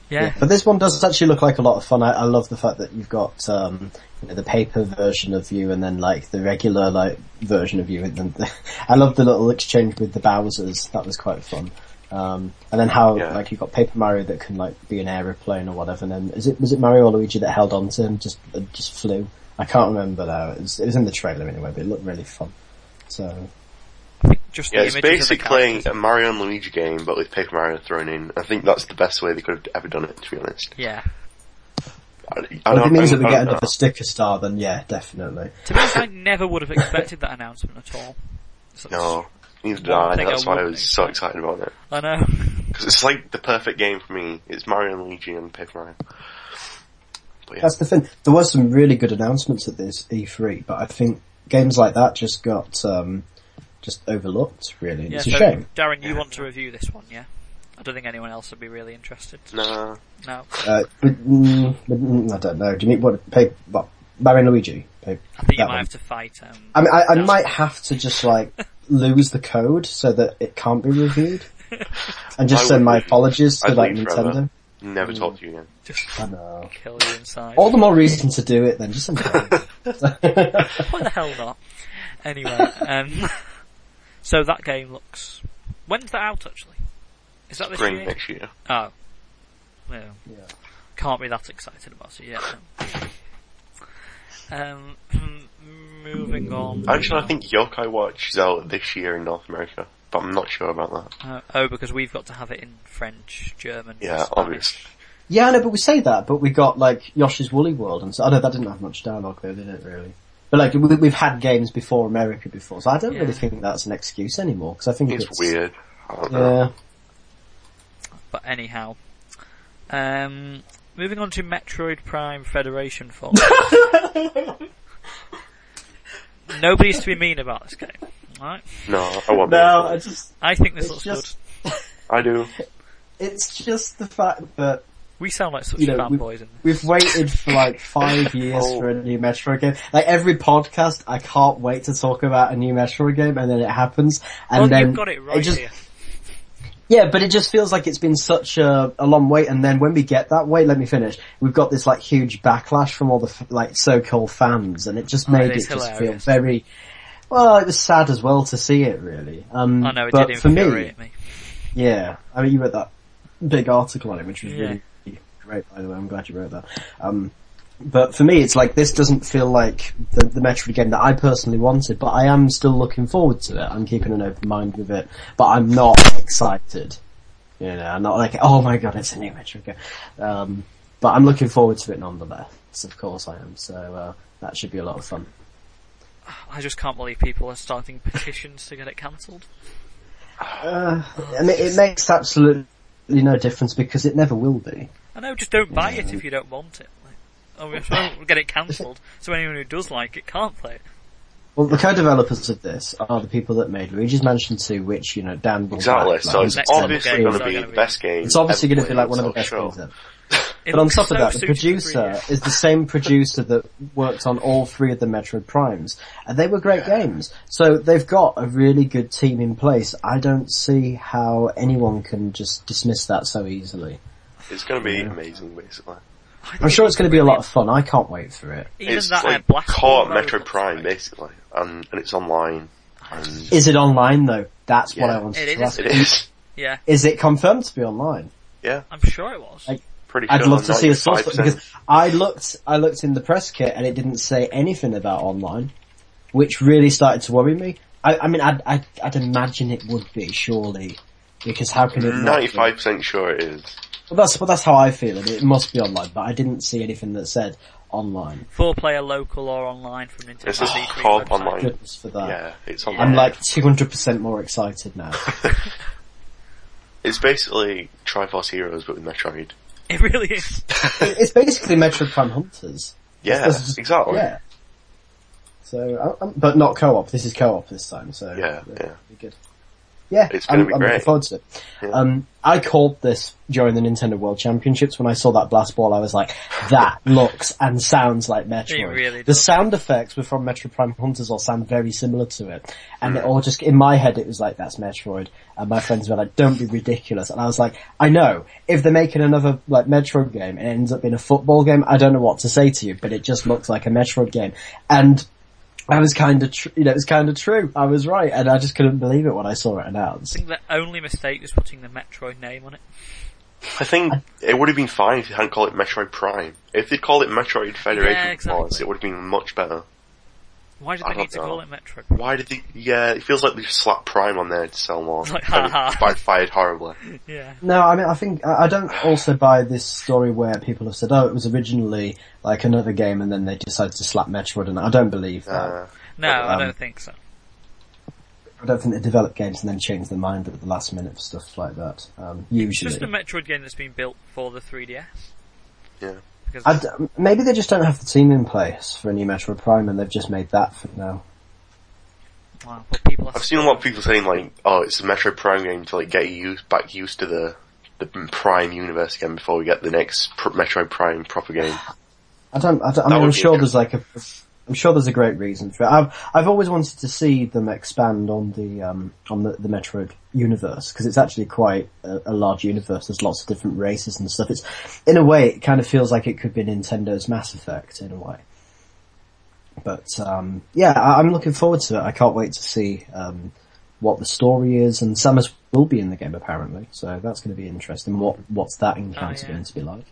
Speaker 2: yeah,
Speaker 4: But this one does actually look like a lot of fun. I, I love the fact that you've got um, you know, the paper version of you, and then like the regular like version of you. And then the, I love the little exchange with the Bowser's. That was quite fun. Um, and then how
Speaker 3: Yeah.
Speaker 4: like you've got Paper Mario that can like be an aeroplane or whatever. And then is it was it Mario or Luigi that held on to him? Just uh, just flew. I can't remember now. It was, it was in the trailer anyway, but it looked really fun. So
Speaker 2: just
Speaker 3: Yeah,
Speaker 2: the images
Speaker 3: it's
Speaker 2: of the
Speaker 3: basically
Speaker 2: characters.
Speaker 3: playing a Mario and Luigi game, but with Paper Mario thrown in. I think that's the best way they could have ever done it, to be honest.
Speaker 2: Yeah.
Speaker 3: I, I
Speaker 4: well, if
Speaker 3: don't,
Speaker 4: it means
Speaker 3: I
Speaker 4: that we
Speaker 3: don't
Speaker 4: get
Speaker 3: know.
Speaker 4: another sticker star, then yeah, definitely.
Speaker 2: To be honest, I never would have expected that announcement at all. So it's-
Speaker 3: No, neither did
Speaker 2: One
Speaker 3: I.
Speaker 2: thing I
Speaker 3: That's why I
Speaker 2: wouldn't
Speaker 3: was so
Speaker 2: expect.
Speaker 3: excited about it.
Speaker 2: I know.
Speaker 3: Because it's like the perfect game for me. It's Mario and Luigi and Paper Mario. But yeah,
Speaker 4: That's the thing. There was some really good announcements at this E3, but I think games like that just got um, just overlooked. Really,
Speaker 2: Yeah,
Speaker 4: it's a
Speaker 2: so,
Speaker 4: shame.
Speaker 2: Darren, you want to review this one, yeah? I don't think anyone else would be really interested.
Speaker 3: nah,
Speaker 2: No.
Speaker 4: Uh, but, mm, but, mm, I don't know. Do you mean what? Pay, what Mario and Luigi. Pay,
Speaker 2: I think you
Speaker 4: that
Speaker 2: might
Speaker 4: one.
Speaker 2: have to fight. Um,
Speaker 4: I mean, I, I
Speaker 2: Darren.
Speaker 4: might have to just like lose the code so that it can't be reviewed, and just
Speaker 3: I
Speaker 4: send
Speaker 3: would
Speaker 4: my
Speaker 3: leave.
Speaker 4: apologies to
Speaker 3: I'd
Speaker 4: like
Speaker 3: leave
Speaker 4: Nintendo.
Speaker 3: forever.
Speaker 2: Mm.
Speaker 3: never talk to you again.
Speaker 2: just
Speaker 4: I know.
Speaker 2: kill you inside.
Speaker 4: All the more reason to do it then. Just send it.
Speaker 2: Why the hell not? Anyway, um, so that game looks. When's that out actually? Is that this
Speaker 3: Green
Speaker 2: year?
Speaker 3: next year.
Speaker 2: Oh, well,
Speaker 4: Yeah.
Speaker 2: can't be that excited about it yet. then. Um, mm, moving on.
Speaker 3: Actually, I think Yokai Watch is out this year in North America, but I'm not sure about that.
Speaker 2: Uh, oh, because we've got to have it in French, German,
Speaker 3: Yeah, um,
Speaker 2: Spanish.
Speaker 3: obviously.
Speaker 4: Yeah, I know, but we say that, but we got like Yoshi's Woolly World and so. I know that didn't have much dialogue though, did it really? But like we, we've had games before America before, so I don't
Speaker 2: Yeah.
Speaker 4: really think that's an excuse anymore because I think
Speaker 3: It's
Speaker 4: it's
Speaker 3: weird. I don't know.
Speaker 4: Yeah,
Speaker 2: But anyhow, um, moving on to Metroid Prime Federation Force. Nobody's to be mean about this game. Alright?
Speaker 3: No, I won't
Speaker 4: no,
Speaker 3: be.
Speaker 4: I
Speaker 3: able to.
Speaker 4: just
Speaker 2: I think this
Speaker 4: It's
Speaker 2: looks
Speaker 4: just-
Speaker 2: good.
Speaker 3: I do.
Speaker 4: it's just the fact that
Speaker 2: We sound like such
Speaker 4: You know, we-
Speaker 2: fanboys. in
Speaker 4: We've waited for like five years
Speaker 3: Oh.
Speaker 4: for a new Metroid game. Like every podcast, I can't wait to talk about a new Metroid game, and then it happens, and
Speaker 2: Well,
Speaker 4: then
Speaker 2: Oh, you've got it right
Speaker 4: just,
Speaker 2: here.
Speaker 4: Yeah, but it just feels like it's been such a, a long wait, and then when we get that wait, let me finish. We've got this like huge backlash from all the f- like so-called fans, and it just
Speaker 2: Oh,
Speaker 4: made
Speaker 2: it
Speaker 4: it,
Speaker 2: is
Speaker 4: just feel
Speaker 2: hilarious.
Speaker 4: very. Well, it was sad as well to see it, really. Um,
Speaker 2: I know it
Speaker 4: but
Speaker 2: did
Speaker 4: for me,
Speaker 2: infuriate me.
Speaker 4: yeah, I mean, you wrote that big article on it, which was
Speaker 2: Yeah.
Speaker 4: really great, by the way. I'm glad you wrote that. Um, but for me, it's like this doesn't feel like the, the Metroid game that I personally wanted, but I am still looking forward to it. I'm keeping an open mind with it, but I'm not excited. You know, I'm not like, oh my god, it's a new Metroid game. Um, but I'm looking forward to it nonetheless. Of course I am. So uh, that should be a lot of fun.
Speaker 2: I just can't believe people are starting petitions to get it cancelled.
Speaker 4: Uh, I mean, it makes absolutely no difference because it never will be.
Speaker 2: I know, just don't buy it if you don't want it. Like, oh, we have to get it cancelled, so anyone who does like it can't play it.
Speaker 4: Well, the co-developers of this are the people that made Luigi's Mansion 2, which, you know, Dan... brought
Speaker 3: Exactly.
Speaker 4: back,
Speaker 3: So
Speaker 4: like,
Speaker 3: it's
Speaker 2: Next level
Speaker 3: obviously
Speaker 2: games
Speaker 3: going
Speaker 2: are
Speaker 3: to be
Speaker 2: gonna
Speaker 3: the
Speaker 2: be-
Speaker 3: best game.
Speaker 4: It's obviously
Speaker 3: ever
Speaker 4: going to be like one of the
Speaker 3: played,
Speaker 4: best
Speaker 3: so
Speaker 4: games
Speaker 3: sure.
Speaker 4: ever.
Speaker 2: It
Speaker 4: But on
Speaker 2: looks
Speaker 4: top of
Speaker 2: so
Speaker 4: that, the
Speaker 2: suited to
Speaker 4: producer
Speaker 2: 3DS.
Speaker 4: is the same producer that worked on all three of the Metroid Primes, and they were great games. So they've got a really good team in place. I don't see how anyone can just dismiss that so easily.
Speaker 3: It's going to be amazing, basically.
Speaker 4: I'm sure it's going to be a lot of fun. I can't wait for it.
Speaker 2: Even
Speaker 3: it's
Speaker 2: that
Speaker 3: like
Speaker 2: uh, Blast
Speaker 3: caught
Speaker 2: Mode
Speaker 3: Metro
Speaker 2: looks
Speaker 3: Prime,
Speaker 2: like-
Speaker 3: basically, and, and it's online. And
Speaker 4: Is it online though? That's what
Speaker 3: Yeah.
Speaker 4: I wanted
Speaker 2: It is.
Speaker 4: to ask.
Speaker 3: it is.
Speaker 2: Yeah,
Speaker 4: Is it confirmed to be online?
Speaker 3: Yeah,
Speaker 2: I'm sure it was.
Speaker 4: Like-
Speaker 3: pretty.
Speaker 4: I'd
Speaker 3: sure
Speaker 4: love to see a source
Speaker 3: 95%.
Speaker 4: because I looked, I looked in the press kit and it didn't say anything about online, which really started to worry me. I, I mean, I'd, I'd, I'd imagine it would be surely, because how can it not? be?
Speaker 3: Ninety-five percent sure it is.
Speaker 4: Well, that's well, that's how I feel. It, it must be online, but I didn't see anything that said online.
Speaker 2: Four player local or online from Nintendo.
Speaker 3: It's just
Speaker 2: D3
Speaker 3: called
Speaker 2: website.
Speaker 3: online.
Speaker 4: Goodness for that.
Speaker 3: Yeah, it's online.
Speaker 4: Uh, I'm like 200% more excited now.
Speaker 3: It's basically Triforce Heroes, but with Metroid.
Speaker 2: It really is.
Speaker 4: It- it's basically Metroid Prime Hunters.
Speaker 3: Yeah,
Speaker 4: That's just-
Speaker 3: exactly.
Speaker 4: Yeah. So, I- I'm- but not co-op. This is co-op this time. So
Speaker 3: Yeah,
Speaker 4: it'll
Speaker 3: yeah.
Speaker 4: be good. Yeah,
Speaker 3: It's
Speaker 4: I'm,
Speaker 3: gonna be
Speaker 4: I'm looking
Speaker 3: great.
Speaker 4: forward to it. Um, I called this during the Nintendo World Championships when I saw that blast ball. I was like, that looks and sounds like Metroid.
Speaker 2: It really
Speaker 4: the
Speaker 2: does.
Speaker 4: sound effects were from Metroid Prime Hunters or sound very similar to it, and it all just in my head it was like that's Metroid. And my friends were like, don't be ridiculous. And I was like, I know if they're making another like Metroid game and it ends up being a football game, I don't know what to say to you, but it just looks like a Metroid game. And I was kind of, tr- you know, it was kind of true. I was right, and I just couldn't believe it when I saw it
Speaker 2: I
Speaker 4: announced.
Speaker 2: think the only mistake was putting the Metroid name on it.
Speaker 3: I think it would have been fine if they hadn't called it Metroid Prime. If they'd called it Metroid Federation
Speaker 2: Yeah, exactly.
Speaker 3: Force, it would have been much better.
Speaker 2: Why did
Speaker 3: I
Speaker 2: they need
Speaker 3: don't
Speaker 2: to
Speaker 3: know.
Speaker 2: call it Metroid?
Speaker 3: Why did they? Yeah, it feels like they just slapped Prime on there to sell more.
Speaker 2: Like, ha ha.
Speaker 3: By fired horribly.
Speaker 2: Yeah.
Speaker 4: No, I mean, I think I I don't also buy this story where people have said, "Oh, it was originally like another game, and then they decided to slap Metroid," and I don't believe that.
Speaker 3: Uh,
Speaker 2: No, I
Speaker 4: Um,
Speaker 2: don't think so.
Speaker 4: I don't think they develop games and then change their mind at the last minute for stuff like that. Um, usually,
Speaker 2: Just a Metroid game that's been built for the 3DS.
Speaker 3: yeah.
Speaker 2: Because
Speaker 4: I d maybe they just don't have the team in place for a new Metroid Prime, and they've just made that for now.
Speaker 2: wow, but people are
Speaker 3: I've seen a lot of people saying like, "Oh, it's a Metroid Prime game to like get you back used to the the Prime universe again before we get the next pr- Metroid Prime proper game."
Speaker 4: I don't. I, don't, I
Speaker 3: That
Speaker 4: mean,
Speaker 3: would
Speaker 4: I'm
Speaker 3: be
Speaker 4: sure there's like a. I'm sure there's a great reason for it. I've I've always wanted to see them expand on the um on the, the Metroid universe because it's actually quite a, a large universe. There's lots of different races and stuff. It's in a way it kind of feels like it could be Nintendo's Mass Effect in a way. But um yeah, I, I'm looking forward to it. I can't wait to see um what the story is and Samus will be in the game apparently, so that's going to be interesting. What what's that encounter
Speaker 2: yeah.
Speaker 4: going to be like?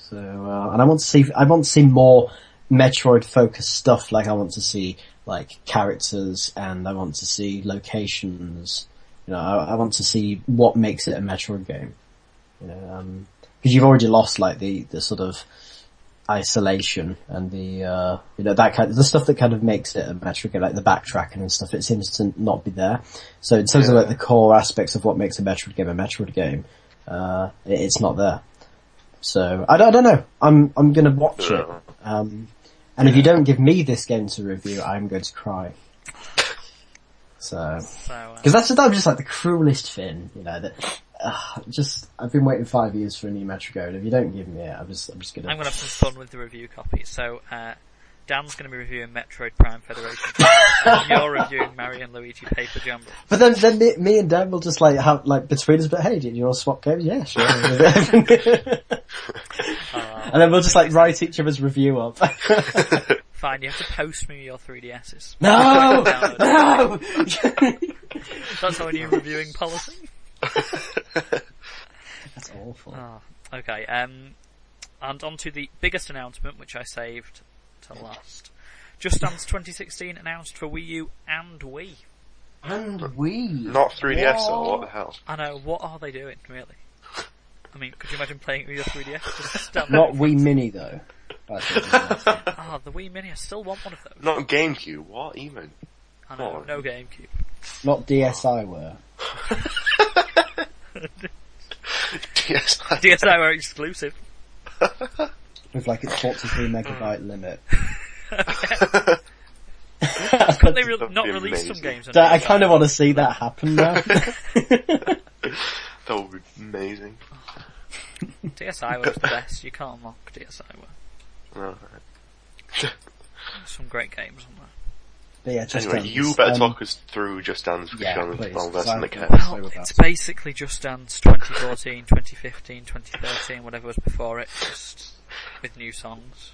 Speaker 4: So, uh, and I want to see, I want to see more Metroid focused stuff. Like I want to see like characters and I want to see locations. You know, I, I want to see what makes it a Metroid game. You know, um, because you've already lost like the, the sort of isolation and the, uh, you know, that kind of, the stuff that kind of makes it a Metroid game, like the backtracking and stuff, it seems to not be there. So in terms of like the core aspects of what makes a Metroid game a Metroid game, uh, it, it's not there. So I, don't- I don't know. I'm, I'm gonna watch it. Um, and if you don't give me this game to review, I'm going to cry. So.
Speaker 2: So, uh,
Speaker 4: Because that's that was just like the cruelest thing, you know. That uh, just I've been waiting five years for a new Metro Gold. If you don't give me it, I'm just I'm just gonna.
Speaker 2: I'm going to have some fun with the review copy. So, uh, Dan's going to be reviewing Metroid Prime Federation. and you're reviewing Mario and Luigi Paper Jumble.
Speaker 4: But then then me, me and Dan will just like have like between us. But hey, did you all swap games? Yeah, sure. and then we'll just like write each other's review up.
Speaker 2: Fine, you have to post me your 3DSs.
Speaker 4: no, no.
Speaker 2: That's our new reviewing policy.
Speaker 4: that's awful.
Speaker 2: Oh, okay, um, and on to the biggest announcement, which I saved to last. Just Dance 2016 announced for Wii U and Wii.
Speaker 4: And we.
Speaker 3: Not 3DS or what the hell?
Speaker 2: I know, what are they doing, really? I mean, could you imagine playing it with your 3DS? Just stand
Speaker 4: Not we mini though. That's what it is.
Speaker 2: Ah, the Wii Mini, I still want one of those.
Speaker 3: Not GameCube, what even?
Speaker 2: I know,
Speaker 3: Oh.
Speaker 2: no GameCube.
Speaker 4: Not DSI were.
Speaker 3: DSi.
Speaker 2: DSi were exclusive.
Speaker 4: With like its 43 megabyte limit.
Speaker 2: Couldn't they re-
Speaker 3: That'd
Speaker 2: not
Speaker 3: be
Speaker 2: release some
Speaker 3: amazing.
Speaker 2: games? on
Speaker 4: That- I
Speaker 2: DSi?
Speaker 4: kind of want to see that happen now.
Speaker 3: That would be amazing.
Speaker 2: DSi was the best. You can't mock DSi were.
Speaker 3: Alright.
Speaker 2: Some great games on there.
Speaker 4: But yeah, just
Speaker 3: Anyway,
Speaker 4: Dance.
Speaker 3: you better
Speaker 4: Um,
Speaker 3: talk us through Just Dance because
Speaker 4: yeah,
Speaker 3: you're
Speaker 4: please,
Speaker 3: the wrong person that
Speaker 4: because
Speaker 3: cares.
Speaker 4: Play
Speaker 2: Well,
Speaker 4: with
Speaker 2: it's
Speaker 4: that.
Speaker 2: basically Just Dance 2014, 2015, 2013, whatever was before it, just with new songs.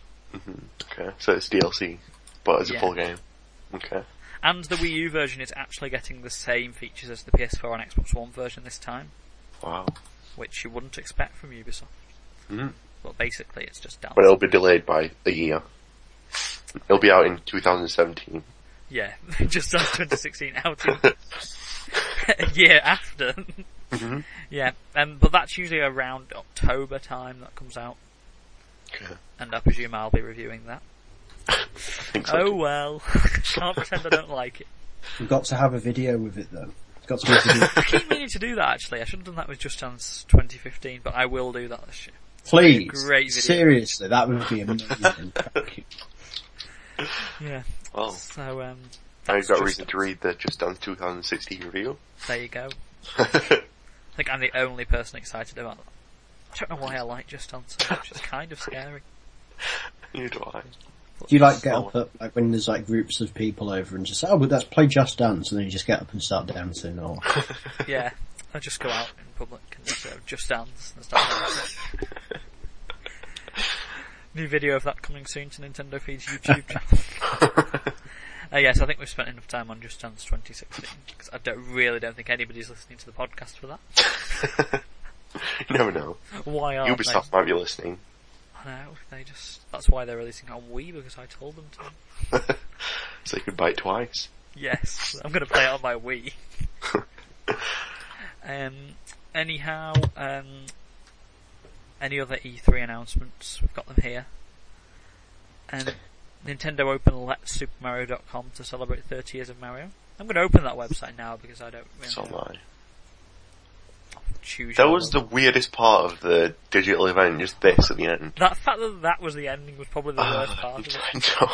Speaker 3: Okay, so it's DLC, but it's
Speaker 2: Yeah.
Speaker 3: a full game. Okay.
Speaker 2: And the Wii U version is actually getting the same features as the PS4 and Xbox One version this time,
Speaker 3: Wow.
Speaker 2: which you wouldn't expect from Ubisoft.
Speaker 3: Mm-hmm.
Speaker 2: But basically, it's just dance.
Speaker 3: But it'll be delayed by a year. It'll be out in 2017.
Speaker 2: Yeah, just as 2016 out in- a year after.
Speaker 3: Mm-hmm.
Speaker 2: Yeah, um, but that's usually around October time that comes out,
Speaker 3: Okay.
Speaker 2: and I presume I'll be reviewing that.
Speaker 3: I think so.
Speaker 2: Oh well, can't pretend I don't like it.
Speaker 4: You've got to have a video with it though. It's got to be a video.
Speaker 2: I keep meaning to do that actually. I should have done that with Just Dance 2015, but I will do that this year.
Speaker 4: Please.
Speaker 2: Great video.
Speaker 4: Seriously, that would be amazing. Thank you.
Speaker 2: Yeah.
Speaker 3: Well,
Speaker 2: So um,
Speaker 3: I
Speaker 2: that's
Speaker 3: Oh. got
Speaker 2: Just
Speaker 3: reason to
Speaker 2: Dance.
Speaker 3: read the Just Dance 2016 review.
Speaker 2: There you go. I think I'm the only person excited about that. I don't know why I like Just Dance so much. It's kind of scary.
Speaker 3: You do I.
Speaker 4: Do you like get up at, like when there's like groups of people over and just say, oh, well, let's play Just Dance and then you just get up and start dancing or...
Speaker 2: Yeah, I just go out in public and just, uh, just dance and start dancing. New video of that coming soon to Nintendo Feed's YouTube channel. uh, yes, I think we've spent enough time on Just Dance 2016 because I don't, really don't think anybody's listening to the podcast for that.
Speaker 3: You never know.
Speaker 2: Why
Speaker 4: Oh,
Speaker 2: are they?
Speaker 3: Ubisoft might be listening.
Speaker 2: I know they just. That's why they're releasing it on Wii because I told them to.
Speaker 3: So you could bite twice.
Speaker 2: Yes, I'm going to play it on my Wii. um, anyhow, um, any other E3 announcements? We've got them here. Um, Nintendo open Let's SuperMario.com to celebrate 30 years of Mario. I'm going to open that website now because I don't really
Speaker 3: So am I.
Speaker 2: choose.
Speaker 3: That
Speaker 2: your
Speaker 3: was the
Speaker 2: own.
Speaker 3: weirdest part of the digital event, just this at the Ah, end.
Speaker 2: That fact that that was the ending was probably the worst
Speaker 3: I
Speaker 2: part of it.
Speaker 3: know.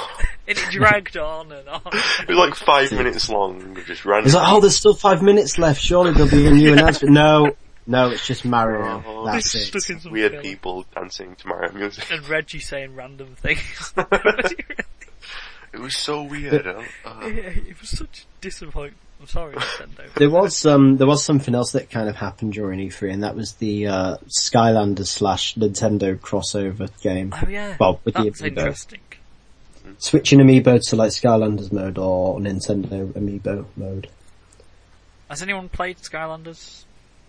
Speaker 2: It dragged on and on.
Speaker 3: It was like five minutes long, we just ran.
Speaker 4: It's like, oh, there's still five minutes left. Surely there'll be a new announcement. No, no, it's just Mario.
Speaker 3: Oh.
Speaker 4: That's it.
Speaker 2: Stuck in some
Speaker 3: weird
Speaker 2: film.
Speaker 3: people dancing to Mario music.
Speaker 2: And Reggie saying random things.
Speaker 3: It was so weird. I don't- uh,
Speaker 2: Yeah, it was such disappointment. I'm sorry, Nintendo.
Speaker 4: There was um, there was something else that kind of happened during E3, and that was the uh, Skylanders slash Nintendo crossover game.
Speaker 2: Oh yeah,
Speaker 4: Well, with the
Speaker 2: that's
Speaker 4: Amiibo.
Speaker 2: interesting.
Speaker 4: Switching Amiibo to like Skylanders mode or Nintendo Amiibo mode.
Speaker 2: Has anyone played Skylanders?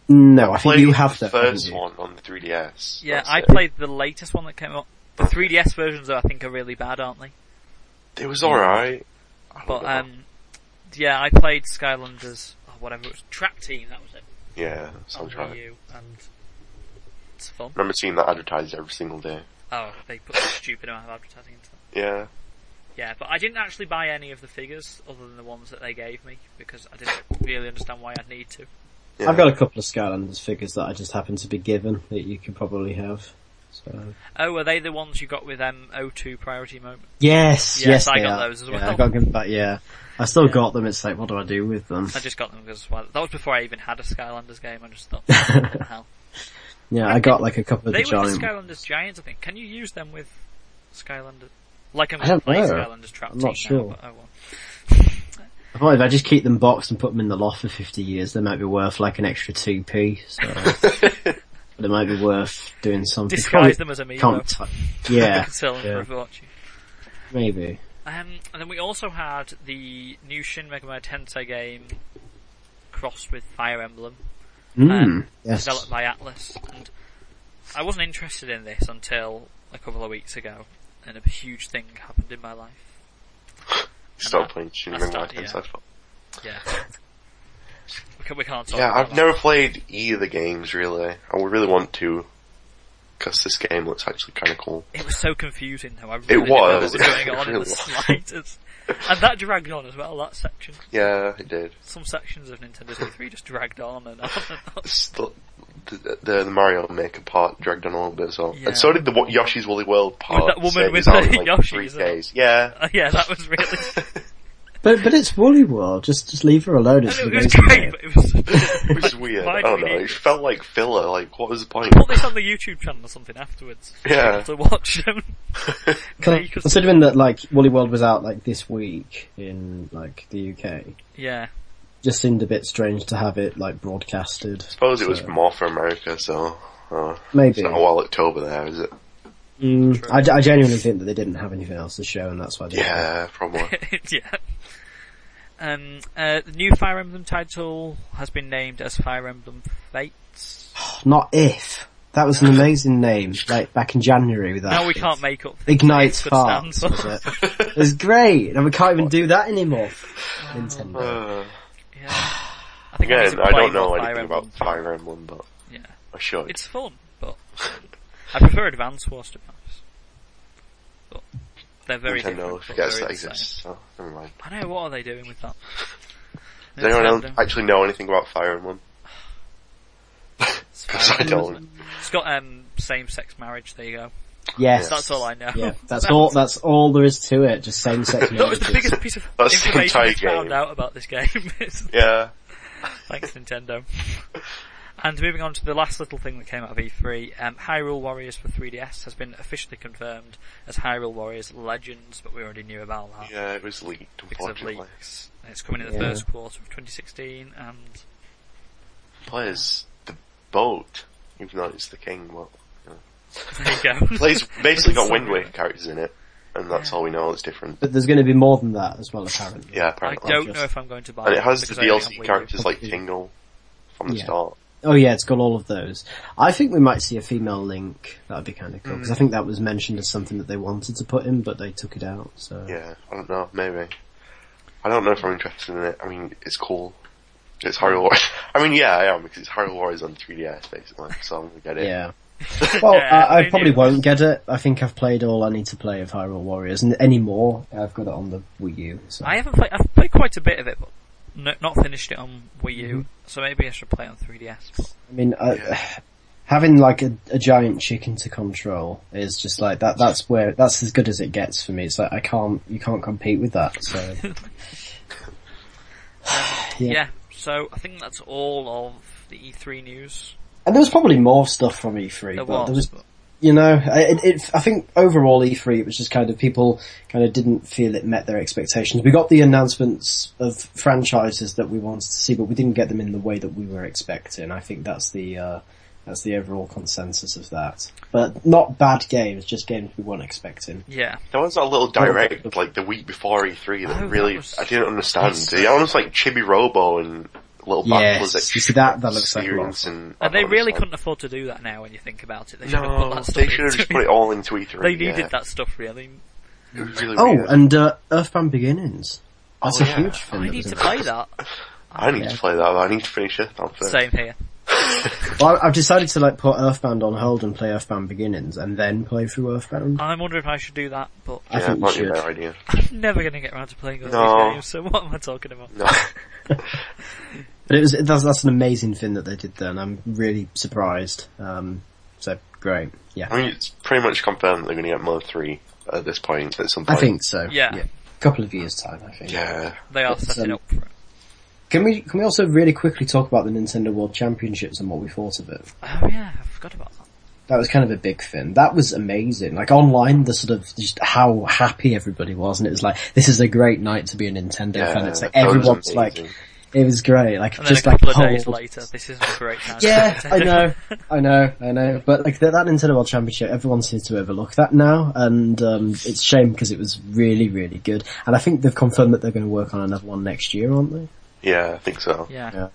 Speaker 4: No, I think
Speaker 3: played
Speaker 4: you have
Speaker 3: the
Speaker 4: that.
Speaker 3: first
Speaker 4: haven't you?
Speaker 3: one on the 3DS.
Speaker 2: Yeah,
Speaker 3: That's
Speaker 2: I
Speaker 3: it.
Speaker 2: played the latest one that came out The 3DS versions, though, I think are really bad, aren't they?
Speaker 3: It was alright.
Speaker 2: But um, yeah, I played Skylanders, oh, whatever it was, Trap Team. That was it.
Speaker 3: yeah,
Speaker 2: On Wii
Speaker 3: soundtrack.
Speaker 2: U, and it's fun.
Speaker 3: Remember seeing that advertised every single day.
Speaker 2: Oh, they put a stupid amount of advertising into it.
Speaker 3: Yeah.
Speaker 2: Yeah, but I didn't actually buy any of the figures other than the ones that they gave me because I didn't really understand why I'd need to.
Speaker 3: yeah.
Speaker 4: I've got a couple of Skylanders figures that I just happen to be given that you could probably have. So
Speaker 2: Oh, are they the ones you got with um, O2 priority moment?
Speaker 4: yes,
Speaker 2: Yes,
Speaker 4: yes,
Speaker 2: I
Speaker 4: they
Speaker 2: got
Speaker 4: are.
Speaker 2: those as
Speaker 4: Yeah,
Speaker 2: well.
Speaker 4: I got them back. Yeah, I still got them. It's like, what do I do with them?
Speaker 2: I just got them because well, that was before I even had a Skylanders game. I just thought, what the hell?
Speaker 4: Yeah, I got like a couple of
Speaker 2: They
Speaker 4: the
Speaker 2: were the
Speaker 4: giant.
Speaker 2: Skylanders Giants, I think. Can you use them with Skylanders? Like I'm
Speaker 4: I don't
Speaker 2: play
Speaker 4: know.
Speaker 2: Skylanders Trap
Speaker 4: I'm not
Speaker 2: Team
Speaker 4: sure.
Speaker 2: now, but oh well.
Speaker 4: I thought if I just keep them boxed and put them in the loft for 50 years, they might be worth like an extra 2p, so. but it might be worth doing something.
Speaker 2: Disguise them as Amiibo.
Speaker 4: Can't t- yeah,
Speaker 2: Sell them
Speaker 4: yeah.
Speaker 2: for a fortune.
Speaker 4: maybe.
Speaker 2: Um, and then we also had the new Shin Megami Tensei game crossed with Fire Emblem,
Speaker 4: Mm,
Speaker 2: um,
Speaker 4: yes.
Speaker 2: developed by Atlas. And I wasn't interested in this until a couple of weeks ago, and a huge thing happened in my life.
Speaker 3: Stop playing Shin
Speaker 2: I
Speaker 3: Megami
Speaker 2: stopped,
Speaker 3: Tensei.
Speaker 2: yeah. Yeah. we, can, we can't talk
Speaker 3: Yeah,
Speaker 2: about
Speaker 3: I've
Speaker 2: that.
Speaker 3: never played either of the games really. I would really want to, because this game looks actually kind of cool.
Speaker 2: It was so confusing though. I really didn't know what
Speaker 3: was,
Speaker 2: was
Speaker 3: yeah,
Speaker 2: going on
Speaker 3: it
Speaker 2: in the
Speaker 3: really was.
Speaker 2: slightest. And that dragged on as well, that section.
Speaker 3: Yeah, it did.
Speaker 2: Some sections of Nintendo D3 just dragged on and on and on.
Speaker 3: It's The, the, the Mario Maker part dragged on a little bit as well.
Speaker 2: Yeah.
Speaker 3: And so did the Wo- Yoshi's Woolly World part.
Speaker 2: that woman
Speaker 3: saying
Speaker 2: with
Speaker 3: it's out in,
Speaker 2: the
Speaker 3: like three
Speaker 2: Yoshis and-
Speaker 3: days. Yeah.
Speaker 2: Uh, yeah, that was really...
Speaker 4: But, but it's Woolly World, just, just leave her alone, it's an
Speaker 2: it was
Speaker 4: amazing
Speaker 2: great,
Speaker 4: game.
Speaker 2: but it was...
Speaker 3: It was weird.
Speaker 2: why
Speaker 3: I
Speaker 2: do
Speaker 3: don't
Speaker 2: we
Speaker 3: know.
Speaker 2: need
Speaker 3: It
Speaker 2: this?
Speaker 3: felt like filler. Like, what was the point?
Speaker 2: Put this on the YouTube channel or something afterwards. for
Speaker 3: Yeah.
Speaker 2: people To watch them.
Speaker 4: Con- Considering that like Woolly World was out like this week in like the UK,
Speaker 2: yeah.
Speaker 4: just seemed a bit strange to have it like broadcasted.
Speaker 3: I suppose it was more for America, so uh, it's
Speaker 4: Maybe.
Speaker 3: not all October there, is it?
Speaker 4: Mm, I, I genuinely think that they didn't have anything else to show and that's why they
Speaker 3: Yeah, probably.
Speaker 2: yeah. Um, uh, the new Fire Emblem title has been named as Fire Emblem Fates.
Speaker 4: Not if. That was an amazing name, like back in January with that.
Speaker 2: Now we can't make up things
Speaker 4: Ignites
Speaker 2: that could stand
Speaker 4: Farts,
Speaker 2: for.
Speaker 4: was it? It was great, and we can't even do that anymore. Nintendo.
Speaker 3: Uh,
Speaker 2: Yeah. I think I need
Speaker 3: again,
Speaker 2: to
Speaker 3: I
Speaker 2: play
Speaker 3: don't know
Speaker 2: more
Speaker 3: anything
Speaker 2: Fire Emblem.
Speaker 3: about Fire Emblem, but
Speaker 2: Yeah.
Speaker 3: I should.
Speaker 2: It's fun, but I prefer Advance Wars to Maps. But they're very
Speaker 3: Nintendo
Speaker 2: different. but
Speaker 3: forgets
Speaker 2: they're
Speaker 3: that
Speaker 2: the same.
Speaker 3: exists, so never mind.
Speaker 2: I know, what are they doing with that?
Speaker 3: Does anyone else
Speaker 2: Nintendo.
Speaker 3: actually know anything about Fire Emblem?
Speaker 2: It's
Speaker 3: Because I
Speaker 2: fine.
Speaker 3: don't.
Speaker 2: It's got um, same-sex marriage, there you go.
Speaker 4: Yes.
Speaker 2: That's all I know.
Speaker 4: Yeah, that's all, that's all there is to it, just same sex
Speaker 2: That was the
Speaker 4: marriages.
Speaker 2: biggest piece of
Speaker 3: That's the
Speaker 2: information I
Speaker 3: entire
Speaker 2: found
Speaker 3: game.
Speaker 2: out about this game. It's-
Speaker 3: Yeah.
Speaker 2: Thanks, Nintendo. And moving on to the last little thing that came out of E3, um, Hyrule Warriors for 3DS has been officially confirmed as Hyrule Warriors Legends, but we already knew about that
Speaker 3: Yeah, it was leaked,
Speaker 2: because of
Speaker 3: unfortunately.
Speaker 2: leaks. It's coming in the
Speaker 4: Yeah.
Speaker 2: first quarter of 2016, and
Speaker 3: Plays the boat, even though it's the king, well, yeah.
Speaker 2: there you go.
Speaker 3: Plays, basically got
Speaker 2: So
Speaker 3: Wind
Speaker 2: weird.
Speaker 3: Waker characters in it, and that's all we know that's different.
Speaker 4: But there's gonna be more than that as well, apparently.
Speaker 3: Yeah,
Speaker 2: I
Speaker 3: apparently.
Speaker 2: don't know if I'm going to buy
Speaker 3: And
Speaker 2: it.
Speaker 3: it has the
Speaker 2: because I only have Wii
Speaker 3: DLC
Speaker 2: U.
Speaker 3: characters like Tingle from the
Speaker 4: Yeah.
Speaker 3: start.
Speaker 4: Oh yeah, it's got all of those. I think we might see a female link. That'd be kind of cool because
Speaker 3: Mm.
Speaker 4: I think that was mentioned as something that they wanted to put in, but they took it out. So
Speaker 3: Yeah, I don't know, maybe. I don't know if I'm interested in it. I mean, it's cool. It's Hyrule Warriors. I mean, yeah, I am, because it's Hyrule Warriors on 3DS, basically, so I'm gonna get it.
Speaker 4: Yeah. Well,
Speaker 2: Yeah,
Speaker 4: I,
Speaker 2: they
Speaker 4: I probably
Speaker 2: do.
Speaker 4: won't get it. I think I've played all I need to play of Hyrule Warriors, and any more, I've got it on the Wii U. So.
Speaker 2: I haven't played. I've played quite a bit of it, but no, not finished it on Wii U.
Speaker 4: Mm-hmm.
Speaker 2: So maybe I should play it on 3DS. But
Speaker 4: I mean, I, having like a, a giant chicken to control is just like that. That's where that's as good as it gets for me. It's like I can't, you can't compete with that. So
Speaker 2: yeah.
Speaker 4: Yeah.
Speaker 2: So I think that's all of the E3 news.
Speaker 4: And there was probably more stuff from E3,
Speaker 2: There
Speaker 4: but there
Speaker 2: was,
Speaker 4: was,
Speaker 2: but-
Speaker 4: you know, I- it, it, I think overall E3 it was just kind of people kind of didn't feel it met their expectations. We got the announcements of franchises that we wanted to see, but we didn't get them in the way that we were expecting. I think that's the, uh, that's the overall consensus of that. But not bad games, just games we weren't expecting.
Speaker 2: Yeah.
Speaker 3: There was that little
Speaker 4: Oh,
Speaker 3: direct, like, the week before E3 that
Speaker 2: Oh, that
Speaker 3: really,
Speaker 2: was-
Speaker 3: I didn't understand. It was almost like Chibi Robo and little
Speaker 4: Yes,
Speaker 3: backwards
Speaker 4: you see, that- that looks like a lot of
Speaker 3: experience
Speaker 4: fun.
Speaker 3: and,
Speaker 2: And they
Speaker 3: all this
Speaker 2: really
Speaker 3: stuff.
Speaker 2: couldn't afford to do that now when you think about it. They should have put
Speaker 3: No,
Speaker 2: that stuff
Speaker 3: they should have
Speaker 2: into
Speaker 3: just put it all into E3.
Speaker 2: They needed
Speaker 3: yeah.
Speaker 2: that stuff really.
Speaker 3: It was really
Speaker 4: Oh,
Speaker 3: weird.
Speaker 4: and uh, Earthbound Beginnings. That's
Speaker 3: Oh,
Speaker 4: a
Speaker 3: yeah.
Speaker 4: huge film.
Speaker 2: I
Speaker 4: that
Speaker 2: need
Speaker 4: was
Speaker 2: to
Speaker 4: in-
Speaker 2: play that.
Speaker 3: I need
Speaker 4: yeah.
Speaker 3: to play that. I need to finish it. I'm finished.
Speaker 2: Same here.
Speaker 4: Well, I've decided to like put Earthbound on hold and play Earthbound Beginnings, and then play through Earthbound.
Speaker 2: I'm wondering if I should do that, but
Speaker 4: I
Speaker 3: yeah,
Speaker 4: think we
Speaker 3: might be a
Speaker 4: should.
Speaker 3: better idea.
Speaker 2: I'm never going to get around to playing all
Speaker 3: No.
Speaker 2: these games. So what am I talking about?
Speaker 3: No,
Speaker 4: But it was that's, that's an amazing thing that they did there, and I'm really surprised. Um, so great, yeah,
Speaker 3: I mean it's pretty much confirmed that they're going to get Mode Three at this point. At some
Speaker 4: I
Speaker 3: point,
Speaker 4: think so.
Speaker 2: Yeah.
Speaker 4: couple of years time, I think.
Speaker 3: Yeah,
Speaker 2: They are
Speaker 4: It's,
Speaker 2: setting
Speaker 4: um,
Speaker 2: up for it.
Speaker 4: Can we can we also really quickly talk about the Nintendo World Championships and what we thought of it?
Speaker 2: Oh yeah, I forgot about that.
Speaker 4: That was kind of a big thing. That was amazing. Like online, the sort of just how happy everybody was, and it was like this is a great night to be a Nintendo
Speaker 3: yeah.
Speaker 4: fan. It's like
Speaker 3: that was
Speaker 4: everyone's like,
Speaker 3: amazing.
Speaker 4: it was great. Like
Speaker 2: And then
Speaker 4: just
Speaker 2: a
Speaker 4: like
Speaker 2: couple of days
Speaker 4: whole-
Speaker 2: later, this isn't a great time. to
Speaker 4: Yeah,
Speaker 2: play
Speaker 4: I
Speaker 2: Nintendo.
Speaker 4: know, I know, I know. But like that, that Nintendo World Championship, everyone seems to overlook that now, and um, it's a shame because it was really, really good. And I think they've confirmed that they're going to work on another one next year, aren't they?
Speaker 3: yeah, I think so.
Speaker 2: Yeah.
Speaker 4: Yeah.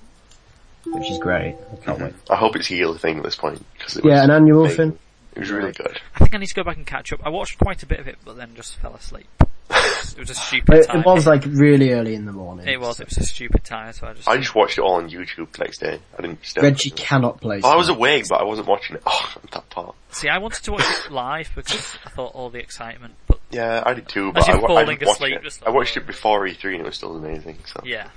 Speaker 4: Which is great. I can't wait.
Speaker 3: I hope it's a yearly thing at this point because it was
Speaker 4: Yeah, an annual
Speaker 3: amazing.
Speaker 4: thing.
Speaker 3: It was really good.
Speaker 2: I think I need to go back and catch up. I watched quite a bit of it, but then just fell asleep. It was a stupid
Speaker 4: It,
Speaker 2: time.
Speaker 4: it was like really early in the morning.
Speaker 2: It was. It was a stupid time, so I just.
Speaker 3: I just watched it all on YouTube the next day. I didn't. Step
Speaker 4: Reggie cannot play.
Speaker 3: Oh, I was
Speaker 4: Smash.
Speaker 3: awake, but I wasn't watching it. Oh, that part.
Speaker 2: See, I wanted to watch it live because I thought all the excitement, but
Speaker 3: Yeah, I did too,
Speaker 2: As
Speaker 3: but I,
Speaker 2: you're
Speaker 3: wa- I
Speaker 2: falling
Speaker 3: didn't watch
Speaker 2: asleep,
Speaker 3: it.
Speaker 2: just
Speaker 3: I watched
Speaker 2: like-
Speaker 3: it before E3 and it was still amazing. So
Speaker 2: yeah.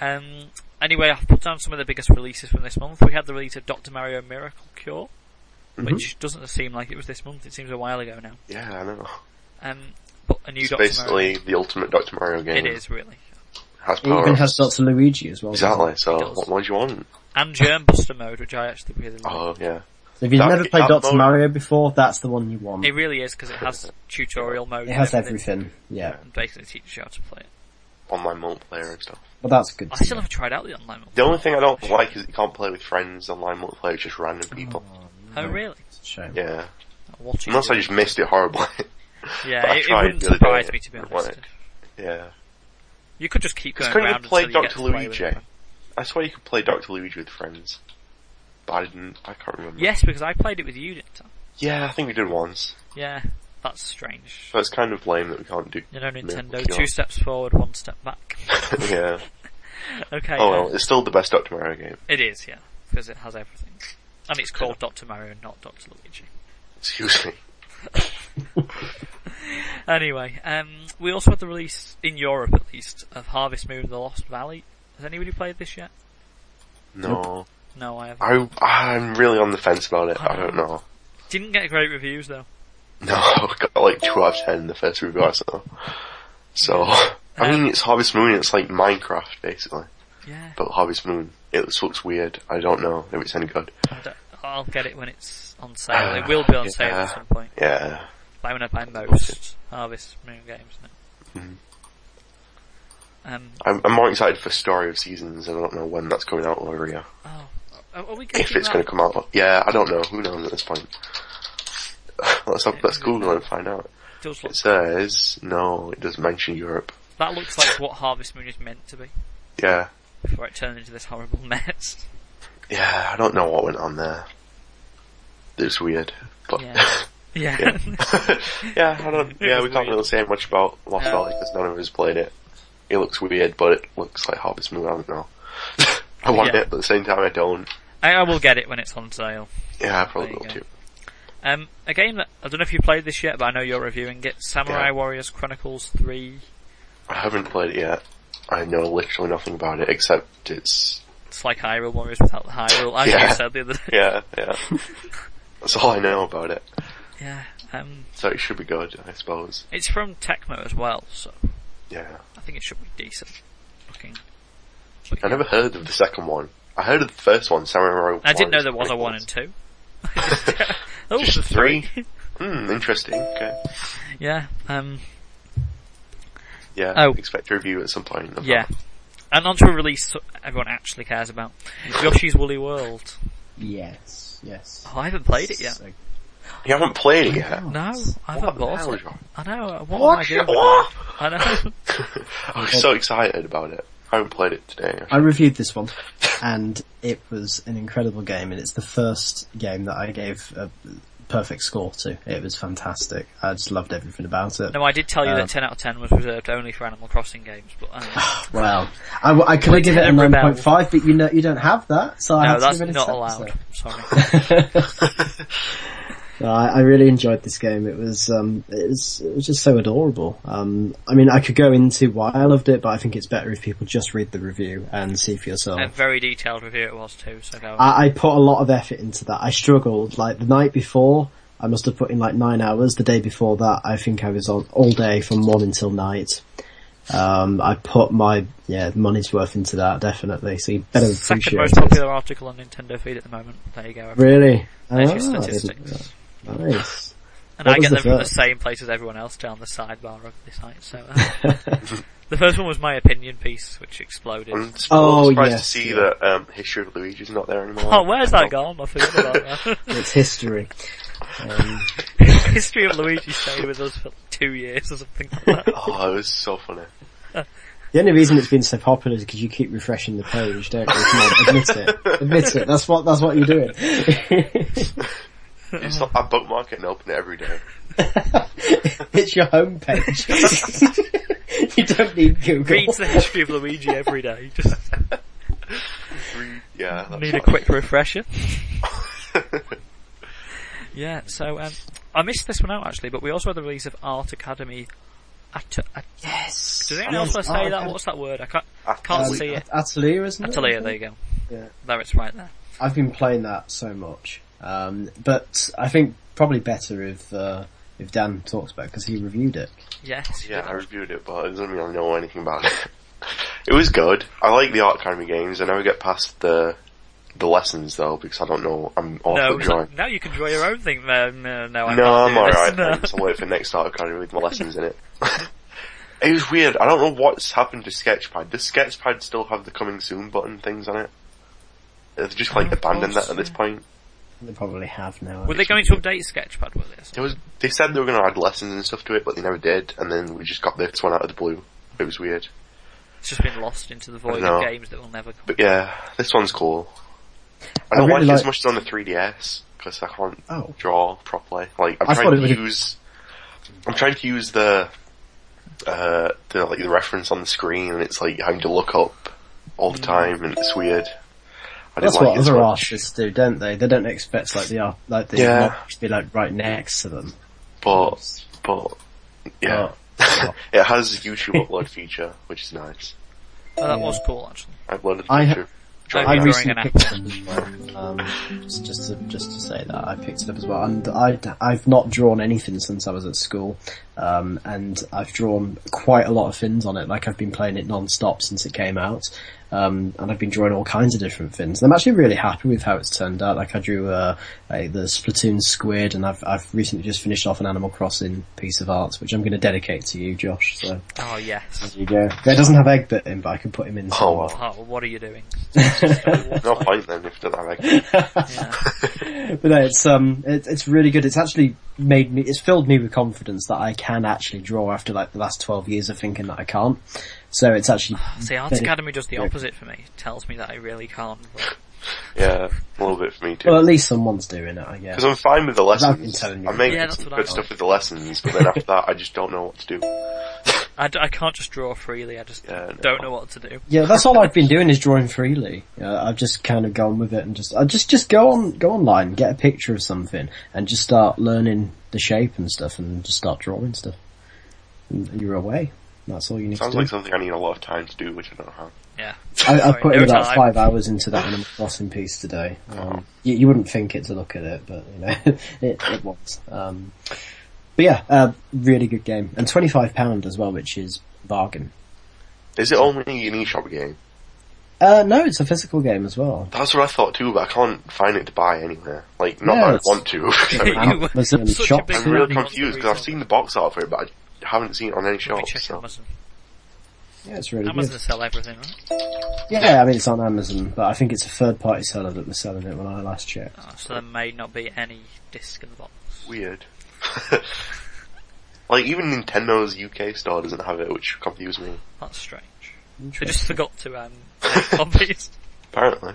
Speaker 2: um. Anyway, I've put down some of the biggest releases from this month. We had the release of Doctor Mario Miracle Cure,
Speaker 3: Mm-hmm.
Speaker 2: which doesn't seem like it was this month. It seems a while ago now.
Speaker 3: Yeah, I know.
Speaker 2: Um. But a new
Speaker 3: It's
Speaker 2: Doctor
Speaker 3: basically the ultimate Doctor Mario
Speaker 2: Mario.
Speaker 3: game.
Speaker 2: It is really.
Speaker 3: Has
Speaker 4: It
Speaker 3: power.
Speaker 4: even has Dr. Luigi as well.
Speaker 3: exactly. So
Speaker 2: It does.
Speaker 3: what more do you want?
Speaker 2: And Germ Buster mode, which I actually really like.
Speaker 3: Oh yeah.
Speaker 4: So if you've
Speaker 3: That-
Speaker 4: never played
Speaker 3: that
Speaker 4: Dr.
Speaker 3: mode-
Speaker 4: Mario before, that's the one you want.
Speaker 2: It
Speaker 4: It,
Speaker 2: really is because it has tutorial mode. and
Speaker 4: has everything. Yeah.
Speaker 2: And basically teaches you how to play it.
Speaker 3: Online multiplayer and stuff.
Speaker 4: Well, that's good.
Speaker 2: I
Speaker 4: to
Speaker 2: still
Speaker 4: know.
Speaker 2: haven't tried out the online mode.
Speaker 3: The only thing I don't like is that you can't play with friends online multiplayer, it's just random people.
Speaker 2: Oh really?
Speaker 4: It's a shame.
Speaker 3: Yeah.
Speaker 2: What are you
Speaker 3: Unless I
Speaker 2: doing?
Speaker 3: just missed it horribly.
Speaker 2: Yeah,
Speaker 3: I
Speaker 2: it, it
Speaker 3: tried
Speaker 2: wouldn't
Speaker 3: the other
Speaker 2: surprise
Speaker 3: day
Speaker 2: me to be
Speaker 3: and it
Speaker 2: honest.
Speaker 3: worked. yeah.
Speaker 2: You could just keep going
Speaker 3: Because couldn't
Speaker 2: around
Speaker 3: you play
Speaker 2: until you get
Speaker 3: Dr.
Speaker 2: to play with
Speaker 3: Luigi?
Speaker 2: it.
Speaker 3: I swear you could play Dr. Luigi with friends. But I didn't, I can't remember.
Speaker 2: Yes, because I played it with you, didn't I?
Speaker 3: Yeah, I think we did once.
Speaker 2: Yeah, that's strange.
Speaker 3: But it's kind of lame that we can't do.
Speaker 2: You know,
Speaker 3: Miracle
Speaker 2: Nintendo, two steps forward, one step back.
Speaker 3: Cure. yeah.
Speaker 2: Okay,
Speaker 3: Oh
Speaker 2: uh,
Speaker 3: well, it's still the best Dr. Mario game.
Speaker 2: it is, yeah, because it has everything. And it's called Dr. Mario, not Dr. Luigi.
Speaker 3: Excuse me.
Speaker 2: Anyway, um, we also had the release, in Europe at least, of Harvest Moon The Lost Valley. Has anybody played this yet?
Speaker 3: No.
Speaker 2: No, I haven't.
Speaker 3: I, I'm really on the fence about it. I don't know.
Speaker 2: Didn't get great reviews though.
Speaker 3: No, I got like 2 out of 10 in the first review I saw. So, I mean, it's Harvest Moon, it's like Minecraft, basically.
Speaker 2: Yeah,
Speaker 3: But Harvest Moon, it looks, looks weird. I don't know if it's any good.
Speaker 2: I don't- I'll get it when it's on sale. It will be on sale at
Speaker 3: Yeah.
Speaker 2: some point.
Speaker 3: Yeah.
Speaker 2: Like when I buy most Harvest Moon games now.
Speaker 3: Mm-hmm.
Speaker 2: Um,
Speaker 3: I'm, I'm more excited for Story of Seasons, and I don't know when that's coming out over here.
Speaker 2: oh, are are we going
Speaker 3: If it's going to come out. Yeah, I don't know. Who knows at this point? let's, have, let's Google and find out.
Speaker 2: Does look,
Speaker 3: It says, no, it doesn't mention Europe.
Speaker 2: that looks like what Harvest Moon is meant to be
Speaker 3: Yeah.
Speaker 2: before it turned into this horrible mess.
Speaker 3: Yeah, I don't know what went on there. It's weird. But
Speaker 2: Yeah.
Speaker 3: yeah,
Speaker 2: Yeah.
Speaker 3: yeah I don't.
Speaker 2: It
Speaker 3: Yeah,
Speaker 2: was
Speaker 3: we can't
Speaker 2: weird.
Speaker 3: really say much about Lost
Speaker 2: No.
Speaker 3: Valley because none of us played it. It looks weird, but it looks like Harvest Moon. I don't know. I want
Speaker 2: Yeah.
Speaker 3: it, but at the same time, I don't.
Speaker 2: I, I will get it when it's on sale.
Speaker 3: Yeah, I probably
Speaker 2: There you
Speaker 3: will
Speaker 2: go.
Speaker 3: too.
Speaker 2: Um, a game that I don't know if you played this yet, but I know you're reviewing it. Samurai
Speaker 3: Yeah.
Speaker 2: Warriors Chronicles Three
Speaker 3: I haven't played it yet. I know literally nothing about it except it's
Speaker 2: It's like Hyrule Warriors without the Hyrule, as
Speaker 3: Yeah.
Speaker 2: you said the other day.
Speaker 3: yeah, yeah. That's all I know about it.
Speaker 2: Yeah. Um,
Speaker 3: So it should be good, I suppose.
Speaker 2: it's from Tecmo as well, so
Speaker 3: Yeah.
Speaker 2: I think it should be decent looking.
Speaker 3: I never heard of the second one. I heard of the first one, Samurai.
Speaker 2: I didn't know
Speaker 3: Warriors
Speaker 2: there was a one and
Speaker 3: Chronicles.
Speaker 2: two. oh,
Speaker 3: Just
Speaker 2: the
Speaker 3: three? Hmm, interesting. Okay.
Speaker 2: yeah. Um,
Speaker 3: Yeah.
Speaker 2: Oh.
Speaker 3: Expect a review at some point. of
Speaker 2: yeah.
Speaker 3: that.
Speaker 2: And onto a release everyone actually cares about. Yoshi's Woolly World.
Speaker 4: Yes, yes.
Speaker 2: Oh, I haven't played it yet.
Speaker 4: So-
Speaker 3: You haven't played it yet.
Speaker 2: No, Oh, I haven't
Speaker 3: What the hell
Speaker 2: bought
Speaker 3: is
Speaker 2: it. Oh,
Speaker 3: wrong?
Speaker 2: I know, what, am I
Speaker 3: What?
Speaker 2: doing?
Speaker 3: What?
Speaker 2: I know.
Speaker 3: I was so excited about it. I haven't played it today.
Speaker 4: I reviewed this one, and it was an incredible game, and it's the first game that I gave a perfect score to. It was fantastic. I just loved everything about it.
Speaker 2: No, I did tell you
Speaker 4: Um,
Speaker 3: Uh,
Speaker 2: that 10 out of 10 was reserved only for Animal Crossing games, but uh,
Speaker 4: Wow. I, I could have given it a
Speaker 2: Rebel.
Speaker 4: 9.5, but you know, you don't have that, so I
Speaker 2: no,
Speaker 4: had to
Speaker 2: that's
Speaker 4: give it a
Speaker 2: not
Speaker 4: 7, so-
Speaker 2: allowed. Sorry.
Speaker 4: No, I, I really enjoyed this game. It was, um, it was, it was just so adorable. Um, I mean, I could go into why I loved it, but I think it's better if people just read the review and see for yourself.
Speaker 2: A very detailed review it was too, so go.
Speaker 4: I, I put a lot of effort into that. I struggled. Like the night before, I must have put in like nine hours. The day before that, I think I was on all day from morning till night. Um, I put my yeah money's worth into that definitely. So you better
Speaker 2: Second
Speaker 4: appreciate
Speaker 2: most
Speaker 4: it.
Speaker 2: popular article on Nintendo Feed at the moment. There you go.
Speaker 4: Really?
Speaker 2: There's your
Speaker 4: Ah, I didn't-
Speaker 2: statistics.
Speaker 4: Nice.
Speaker 2: And
Speaker 4: What
Speaker 2: I
Speaker 4: was
Speaker 2: get
Speaker 4: the
Speaker 2: them from the
Speaker 4: first?
Speaker 2: same place as everyone else down the sidebar of the site, so. Uh, the first one was my opinion piece, which exploded.
Speaker 3: I'm surprised,
Speaker 4: Oh,
Speaker 3: surprised
Speaker 4: yes,
Speaker 3: to see
Speaker 4: yeah.
Speaker 3: that um, History of Luigi's not there anymore.
Speaker 2: Oh, where's that gone? I forgot about that.
Speaker 4: It's history. Um,
Speaker 2: uh, History of Luigi stayed with us for two years or something like that.
Speaker 3: Oh, it was so funny.
Speaker 4: the only reason it's been so popular is because you keep refreshing the page, don't you? Come on, admit it. Admit it. That's what that's what you're doing.
Speaker 3: You just, I bookmark it and open it every day.
Speaker 4: it's your homepage. you don't need Google.
Speaker 2: Reads the history of Luigi every day. Just
Speaker 3: Three, yeah. That's
Speaker 2: need a
Speaker 3: what-
Speaker 2: quick refresher. yeah, so um, I missed this one out actually, but we also had the release of Art Academy. At- uh, at-
Speaker 4: Yes.
Speaker 2: does anyone else want
Speaker 4: Oh,
Speaker 2: to say that? What's that word? I can't, can't
Speaker 4: Um,
Speaker 2: see it.
Speaker 4: Atelier, isn't it?
Speaker 2: Atelier, there you go.
Speaker 4: Yeah.
Speaker 2: There it's right there.
Speaker 4: I've been playing that so much, um, but I think probably better if uh, if Dan talks about because he reviewed it.
Speaker 2: Yes.
Speaker 3: Yeah, I reviewed it, but it doesn't mean I know anything about it. It was good. I like the Art Academy games. I never get past the the lessons though because I don't know. I'm awful
Speaker 2: No,
Speaker 3: at
Speaker 2: it's
Speaker 3: drawing.
Speaker 2: like, now you can draw your own thing. No, no, no, I
Speaker 3: No,
Speaker 2: can't
Speaker 3: I'm
Speaker 2: do this.
Speaker 3: alright.
Speaker 2: No.
Speaker 3: I'm just wait for next art academy with my lessons in it. it was weird. I don't know what's happened to Sketchpad. Does Sketchpad still have the coming soon button things on it? They've just like
Speaker 2: Oh, of
Speaker 3: abandoned
Speaker 2: course,
Speaker 3: that at this
Speaker 2: yeah.
Speaker 3: point.
Speaker 4: They probably have now.
Speaker 2: Were they going to update Sketchpad with this?
Speaker 3: It was. They said they were going to add lessons and stuff to it, but they never did. And then we just got this one out of the blue. It was weird.
Speaker 2: It's just been lost into the void
Speaker 3: No.
Speaker 2: of games that will never come.
Speaker 3: But yeah, this one's cool.
Speaker 4: I
Speaker 3: I don't
Speaker 4: really
Speaker 3: like it as
Speaker 4: like-
Speaker 3: much as on the 3DS because I can't
Speaker 4: Oh.
Speaker 3: draw properly. Like I'm
Speaker 4: I thought
Speaker 3: trying
Speaker 4: it
Speaker 3: to
Speaker 4: was a-
Speaker 3: use, I'm trying to use the, uh, the like the reference on the screen, and it's like having to look up all the time, and it's weird. I
Speaker 4: That's
Speaker 3: didn't
Speaker 4: what
Speaker 3: like it as
Speaker 4: other
Speaker 3: much,
Speaker 4: artists do, don't they? They don't expect like the art, like the
Speaker 3: Yeah.
Speaker 4: art to be like right next to them.
Speaker 3: but but yeah,
Speaker 4: Oh.
Speaker 3: it has a YouTube upload feature, which is nice.
Speaker 2: Oh, that was cool actually.
Speaker 3: I uploaded the
Speaker 4: I ha-
Speaker 3: picture.
Speaker 2: I
Speaker 4: I
Speaker 2: drawing
Speaker 4: recently
Speaker 2: an apple.
Speaker 4: picked it as well. Um, just, just to just to say that I picked it up as well, and I I've not drawn anything since I was at school, um, and I've drawn quite a lot of fins on it. Like I've been playing it non-stop since it came out, um, and I've been drawing all kinds of different fins. And I'm actually really happy with how it's turned out. Like I drew uh, a, the Splatoon squid, and I've I've recently just finished off an Animal Crossing piece of art, which I'm going to dedicate to you, Josh. So
Speaker 2: Oh yes.
Speaker 4: there you go. It doesn't have Egbert in, but I can put him in.
Speaker 3: Oh well,
Speaker 2: Oh, what are you doing?
Speaker 3: no point then if it doesn't have egg.
Speaker 2: Yeah.
Speaker 4: But no, it's um, it, it's really good. It's actually made me, it's filled me with confidence that I can actually draw after like the last twelve years of thinking that I can't. So it's actually
Speaker 2: See, Arts
Speaker 4: Very-
Speaker 2: Academy does the opposite for me. It tells me that I really can't. but-
Speaker 3: Yeah, a little bit for me too.
Speaker 4: well, at least someone's doing it, I guess.
Speaker 3: Because I'm fine with the
Speaker 4: been
Speaker 3: lessons.
Speaker 4: telling you.
Speaker 3: I'm making
Speaker 2: Yeah, that's
Speaker 3: some
Speaker 2: what I
Speaker 3: good
Speaker 2: thought.
Speaker 3: stuff with the lessons, but then after that, I just don't know what to do.
Speaker 2: I, d- I can't just draw freely. I just
Speaker 3: Yeah, no.
Speaker 2: don't know what to do.
Speaker 4: Yeah, that's all I've been doing is drawing freely. Uh, I've just kind of gone with it and just I just just go on go online, get a picture of something, and just start learning the shape and stuff, and just start drawing stuff. And you're away. That's all you need to
Speaker 3: Sounds
Speaker 4: do.
Speaker 3: like something I need a lot of time to do, which I don't have.
Speaker 2: Yeah.
Speaker 4: I, I
Speaker 2: Sorry,
Speaker 4: put in
Speaker 2: no
Speaker 4: about
Speaker 2: time.
Speaker 4: five hours into that Animal Crossing piece today. Um, you, you wouldn't think it to look at it, but you know, it, it was. Um, but yeah, uh, really good game, and twenty five pound as well, which is a bargain.
Speaker 3: Is it only an eShop game?
Speaker 4: Uh, no, it's a physical game as well.
Speaker 3: That's what I thought too, but I can't find it to buy anywhere. Like, not
Speaker 4: Yeah,
Speaker 3: that I
Speaker 4: it's-
Speaker 3: want to.
Speaker 2: You
Speaker 4: Amazon
Speaker 2: were such a
Speaker 4: shop.
Speaker 2: big
Speaker 3: I'm really
Speaker 2: fan of
Speaker 3: confused
Speaker 2: the
Speaker 3: because I've
Speaker 2: result.
Speaker 3: seen the box art for it, but I haven't seen it on any
Speaker 2: Let me
Speaker 3: shop.
Speaker 2: check
Speaker 3: So.
Speaker 2: Amazon.
Speaker 4: Yeah, it's really
Speaker 2: Amazon
Speaker 4: good.
Speaker 2: sell everything, right?
Speaker 4: Yeah, I mean it's on Amazon, but I think it's a third party seller that was selling it when I last checked.
Speaker 2: Oh, so there may not be any disc in the box.
Speaker 3: Weird. like, even Nintendo's UK store doesn't have it, which confused me.
Speaker 2: That's strange. They just forgot to um, make copies.
Speaker 3: Apparently.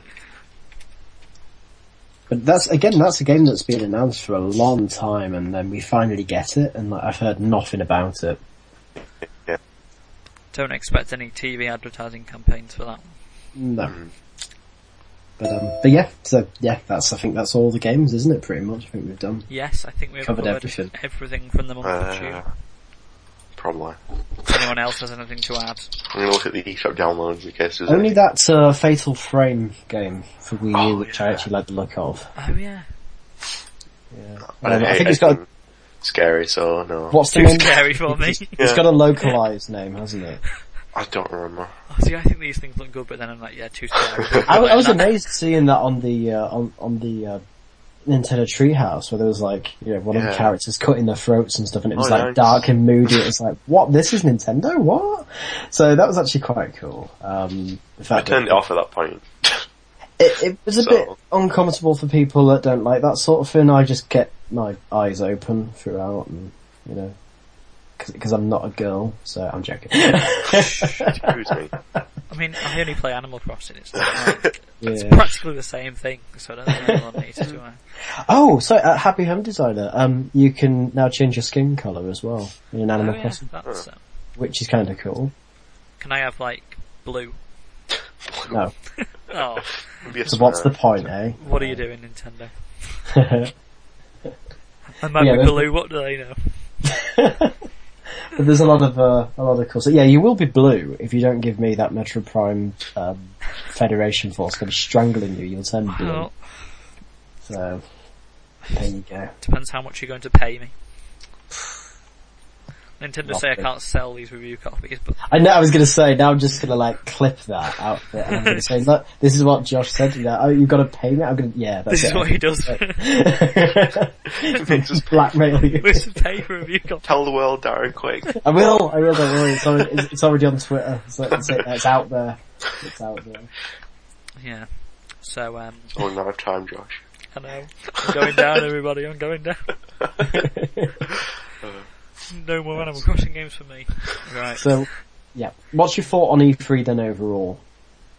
Speaker 4: But that's again, that's a game that's been announced for a long time, and then we finally get it, and like, I've heard nothing about it.
Speaker 2: Don't expect any TV advertising campaigns for that.
Speaker 4: No. But um, but yeah, so yeah, that's I think that's all the games, isn't it? Pretty much, I think we've done.
Speaker 2: Yes, I think we've
Speaker 4: Covered
Speaker 2: covered,
Speaker 4: everything.
Speaker 2: everything from the month of June.
Speaker 3: Uh, probably.
Speaker 2: If anyone else has anything to add,
Speaker 3: I'm gonna look at the eShop downloads in case there's
Speaker 4: Only
Speaker 3: any-
Speaker 4: that uh, Fatal Frame game for Wii U,
Speaker 3: Oh,
Speaker 4: which I
Speaker 3: yeah.
Speaker 4: actually like the look of.
Speaker 2: oh yeah,
Speaker 4: Yeah.
Speaker 3: I,
Speaker 4: Um,
Speaker 3: don't
Speaker 4: I
Speaker 3: hate
Speaker 4: think it's got a,
Speaker 3: anything scary, so no.
Speaker 4: what's the
Speaker 2: too
Speaker 4: name?
Speaker 2: scary for me.
Speaker 4: It's
Speaker 3: Yeah.
Speaker 4: got a localized name, hasn't it?
Speaker 3: I don't remember.
Speaker 2: Oh, see, I think these things look good, but then I'm like, yeah, too scary.
Speaker 4: I, I was
Speaker 2: Like that.
Speaker 4: amazed seeing that on the uh, on on the uh, Nintendo Treehouse, where there was like you know one of
Speaker 3: Yeah.
Speaker 4: the characters cutting their throats and stuff, and it was
Speaker 3: Oh,
Speaker 4: like
Speaker 3: nice.
Speaker 4: dark and moody. It was like, what? This is Nintendo? What? So that was actually quite cool. Um, the
Speaker 3: I
Speaker 4: fact that
Speaker 3: turned it off at that point.
Speaker 4: it, it was a
Speaker 3: So-
Speaker 4: bit uncomfortable for people that don't like that sort of thing. I just get my eyes open throughout, and you know, because I'm not a girl, so I'm joking.
Speaker 3: Excuse me.
Speaker 2: I mean, I only play Animal Crossing. It's, like, it's
Speaker 4: Yeah.
Speaker 2: practically the same thing, so I don't think anyone needs to. Uh,
Speaker 4: Oh, so uh, Happy Home Designer, um, you can now change your skin color as well in an
Speaker 2: oh
Speaker 4: Animal
Speaker 2: yeah,
Speaker 4: Crossing,
Speaker 2: that's. Um,
Speaker 4: which is kind of cool.
Speaker 2: can I have like blue?
Speaker 4: No,
Speaker 2: Oh,
Speaker 4: so what's the point, eh?
Speaker 2: what are you doing, Nintendo?
Speaker 4: but
Speaker 2: I might
Speaker 4: Yeah,
Speaker 2: be
Speaker 4: that's-
Speaker 2: blue. What do they know?
Speaker 4: there's a lot of uh, a lot of cool. So yeah, you will be blue if you don't give me that Metro Prime um, Federation force going to be strangling you. You'll turn blue.
Speaker 2: Well,
Speaker 4: So there you go.
Speaker 2: depends how much you're going to pay me. Nintendo say I
Speaker 4: Nothing.
Speaker 2: can't sell these review copies, but
Speaker 4: I know I was gonna say, now I'm just gonna like clip that out there and I'm gonna say, look, this is what Josh said to that. Oh, you've gotta pay me? I'm gonna, yeah, that's
Speaker 2: this is
Speaker 4: it.
Speaker 2: what he does.
Speaker 3: Makes us
Speaker 4: Blackmail you.
Speaker 2: we should pay for review copies.
Speaker 3: Tell the world, Darren, quick.
Speaker 4: I will, I will, don't worry. It's already, it's- it's already on Twitter. It's, like- it's, like- it's out there. It's out there.
Speaker 2: Yeah. So um,
Speaker 3: Oh, now I've time, Josh.
Speaker 2: I know I'm going down, everybody. I'm going down. No more Animal Crossing games for me. Right.
Speaker 4: So, yeah. What's your thought on E3 then overall?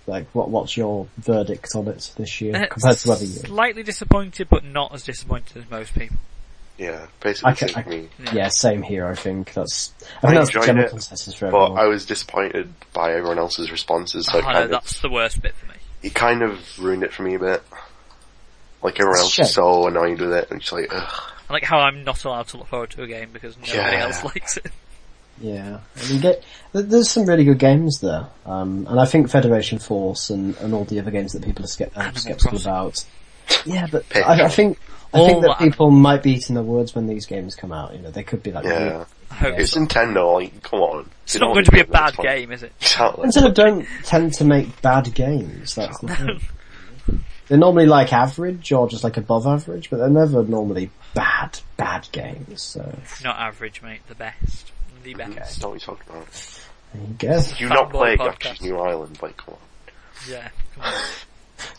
Speaker 4: Like, what, what's your verdict on it this year compared to other years?
Speaker 2: Uh, Slightly disappointed, but not as disappointed as most people.
Speaker 3: Yeah, basically
Speaker 4: I ca-
Speaker 3: same
Speaker 4: I-
Speaker 3: for me.
Speaker 4: Yeah, same here, I think. That's, I think
Speaker 3: I
Speaker 4: that's the
Speaker 3: enjoyed
Speaker 4: general
Speaker 3: it,
Speaker 4: consensus for
Speaker 3: But
Speaker 4: everyone.
Speaker 3: I was disappointed by everyone else's responses, so it
Speaker 2: Oh, no,
Speaker 3: kind, of,
Speaker 2: that's the worst bit for me.
Speaker 3: it kind of ruined it for me a bit. Like everyone else
Speaker 4: Shit.
Speaker 3: is so annoyed with it, and it's like, ugh.
Speaker 2: I like how I'm not allowed to look forward to a game because nobody
Speaker 3: Yeah.
Speaker 2: else likes it.
Speaker 4: Yeah, I mean, get, th- there's some really good games there, um, and I think Federation Force and, and all the other games that people are skept- uh,
Speaker 2: Animal
Speaker 4: skeptical
Speaker 2: Crossing.
Speaker 4: about. Yeah, but
Speaker 3: Pitch.
Speaker 4: I, I think I
Speaker 2: All
Speaker 4: think that
Speaker 2: that-
Speaker 4: people might be eating their words when these games come out. You know, they could be like,
Speaker 3: yeah.
Speaker 2: I hope
Speaker 3: It's Nintendo, like, come on.
Speaker 2: It's not going to be a bad game, is it?
Speaker 3: Exactly.
Speaker 4: Nintendo don't tend to make bad games. That's the thing. They're normally like average or just like above average, but they're never normally bad bad games. So
Speaker 2: Not average, mate. The best. The best.
Speaker 3: Don't you talking about?
Speaker 4: there you go.
Speaker 3: Do you
Speaker 2: Fanboy
Speaker 3: not play
Speaker 2: podcast.
Speaker 3: Yoshi's New Island? Like, come on.
Speaker 2: Yeah. Come on.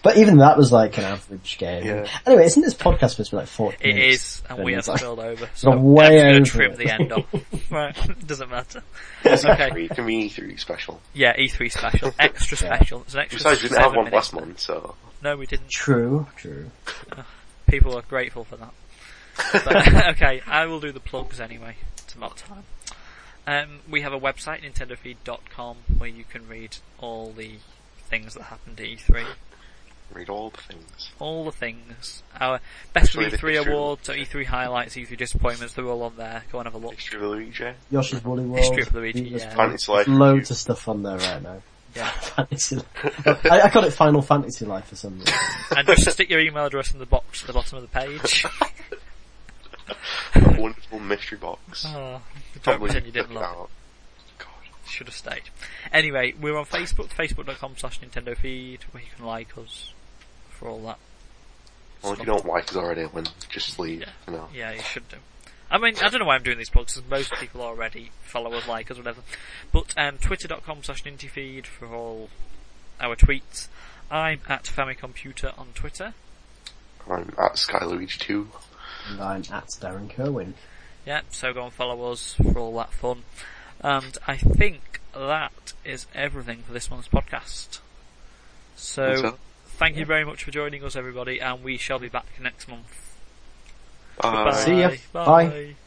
Speaker 4: But even that was like an average game.
Speaker 3: Yeah.
Speaker 4: Anyway, isn't this podcast supposed to be like 40
Speaker 2: It
Speaker 4: minutes?
Speaker 2: is, and we have
Speaker 4: It's
Speaker 2: to
Speaker 4: like-
Speaker 2: build over. So
Speaker 4: Got way
Speaker 2: I'm going
Speaker 4: over
Speaker 2: to trim
Speaker 4: it.
Speaker 2: the end off. right. Doesn't matter.
Speaker 3: It's
Speaker 2: Okay.
Speaker 3: E3. It can be E3 special.
Speaker 2: Yeah, E3 special. Extra special. It's an extra
Speaker 3: Besides, we didn't have
Speaker 2: seven
Speaker 3: one
Speaker 2: minutes.
Speaker 3: last month, so
Speaker 2: No, we didn't.
Speaker 4: True, true.
Speaker 2: People are grateful for that. But, okay, I will do the plugs anyway. It's about time. Um, we have a website, nintendofeed.com, where you can read all the things that happened at E3.
Speaker 3: read all the things.
Speaker 2: All the things. Our best of
Speaker 3: Actually, the
Speaker 2: E3
Speaker 3: history-
Speaker 2: awards, so E3 highlights, E3 disappointments, they're all on there. Go and have a look.
Speaker 3: History of Luigi.
Speaker 4: Yoshi's Woolly World.
Speaker 2: History of Luigi,
Speaker 4: There's
Speaker 2: yeah.
Speaker 3: Fantasy Life.
Speaker 4: Loads of stuff on there right now.
Speaker 2: Yeah.
Speaker 4: Fantasy I, I call it Final Fantasy Life for some reason.
Speaker 2: and just stick your email address in the box at the bottom of the page.
Speaker 3: A wonderful mystery box.
Speaker 2: Oh, don't
Speaker 3: Probably
Speaker 2: pretend you didn't
Speaker 3: took
Speaker 2: look.
Speaker 3: out. God.
Speaker 2: Should have stayed. Anyway, we're on Facebook, facebook.com slash Nintendo Feed, where you can like us for all that.
Speaker 3: Well, if you don't like us already, then just leave.
Speaker 2: Yeah.
Speaker 3: You know.
Speaker 2: Yeah, you should do. I mean, I don't know why I'm doing these plugs, because most people already follow us, like us, whatever. But um, twitter.com slash nintyfeed for all our tweets. I'm at Famicomputer on Twitter.
Speaker 3: I'm at Skyluigi 2.
Speaker 4: And I'm at Darren Kerwin.
Speaker 2: Yep, so go and follow us for all that fun. And I think that is everything for this month's podcast. So,
Speaker 3: That's all.
Speaker 2: thank you very much for joining us, everybody, and we shall be back next month.
Speaker 3: Bye.
Speaker 2: Bye.
Speaker 4: See ya.
Speaker 2: Bye.
Speaker 4: Bye.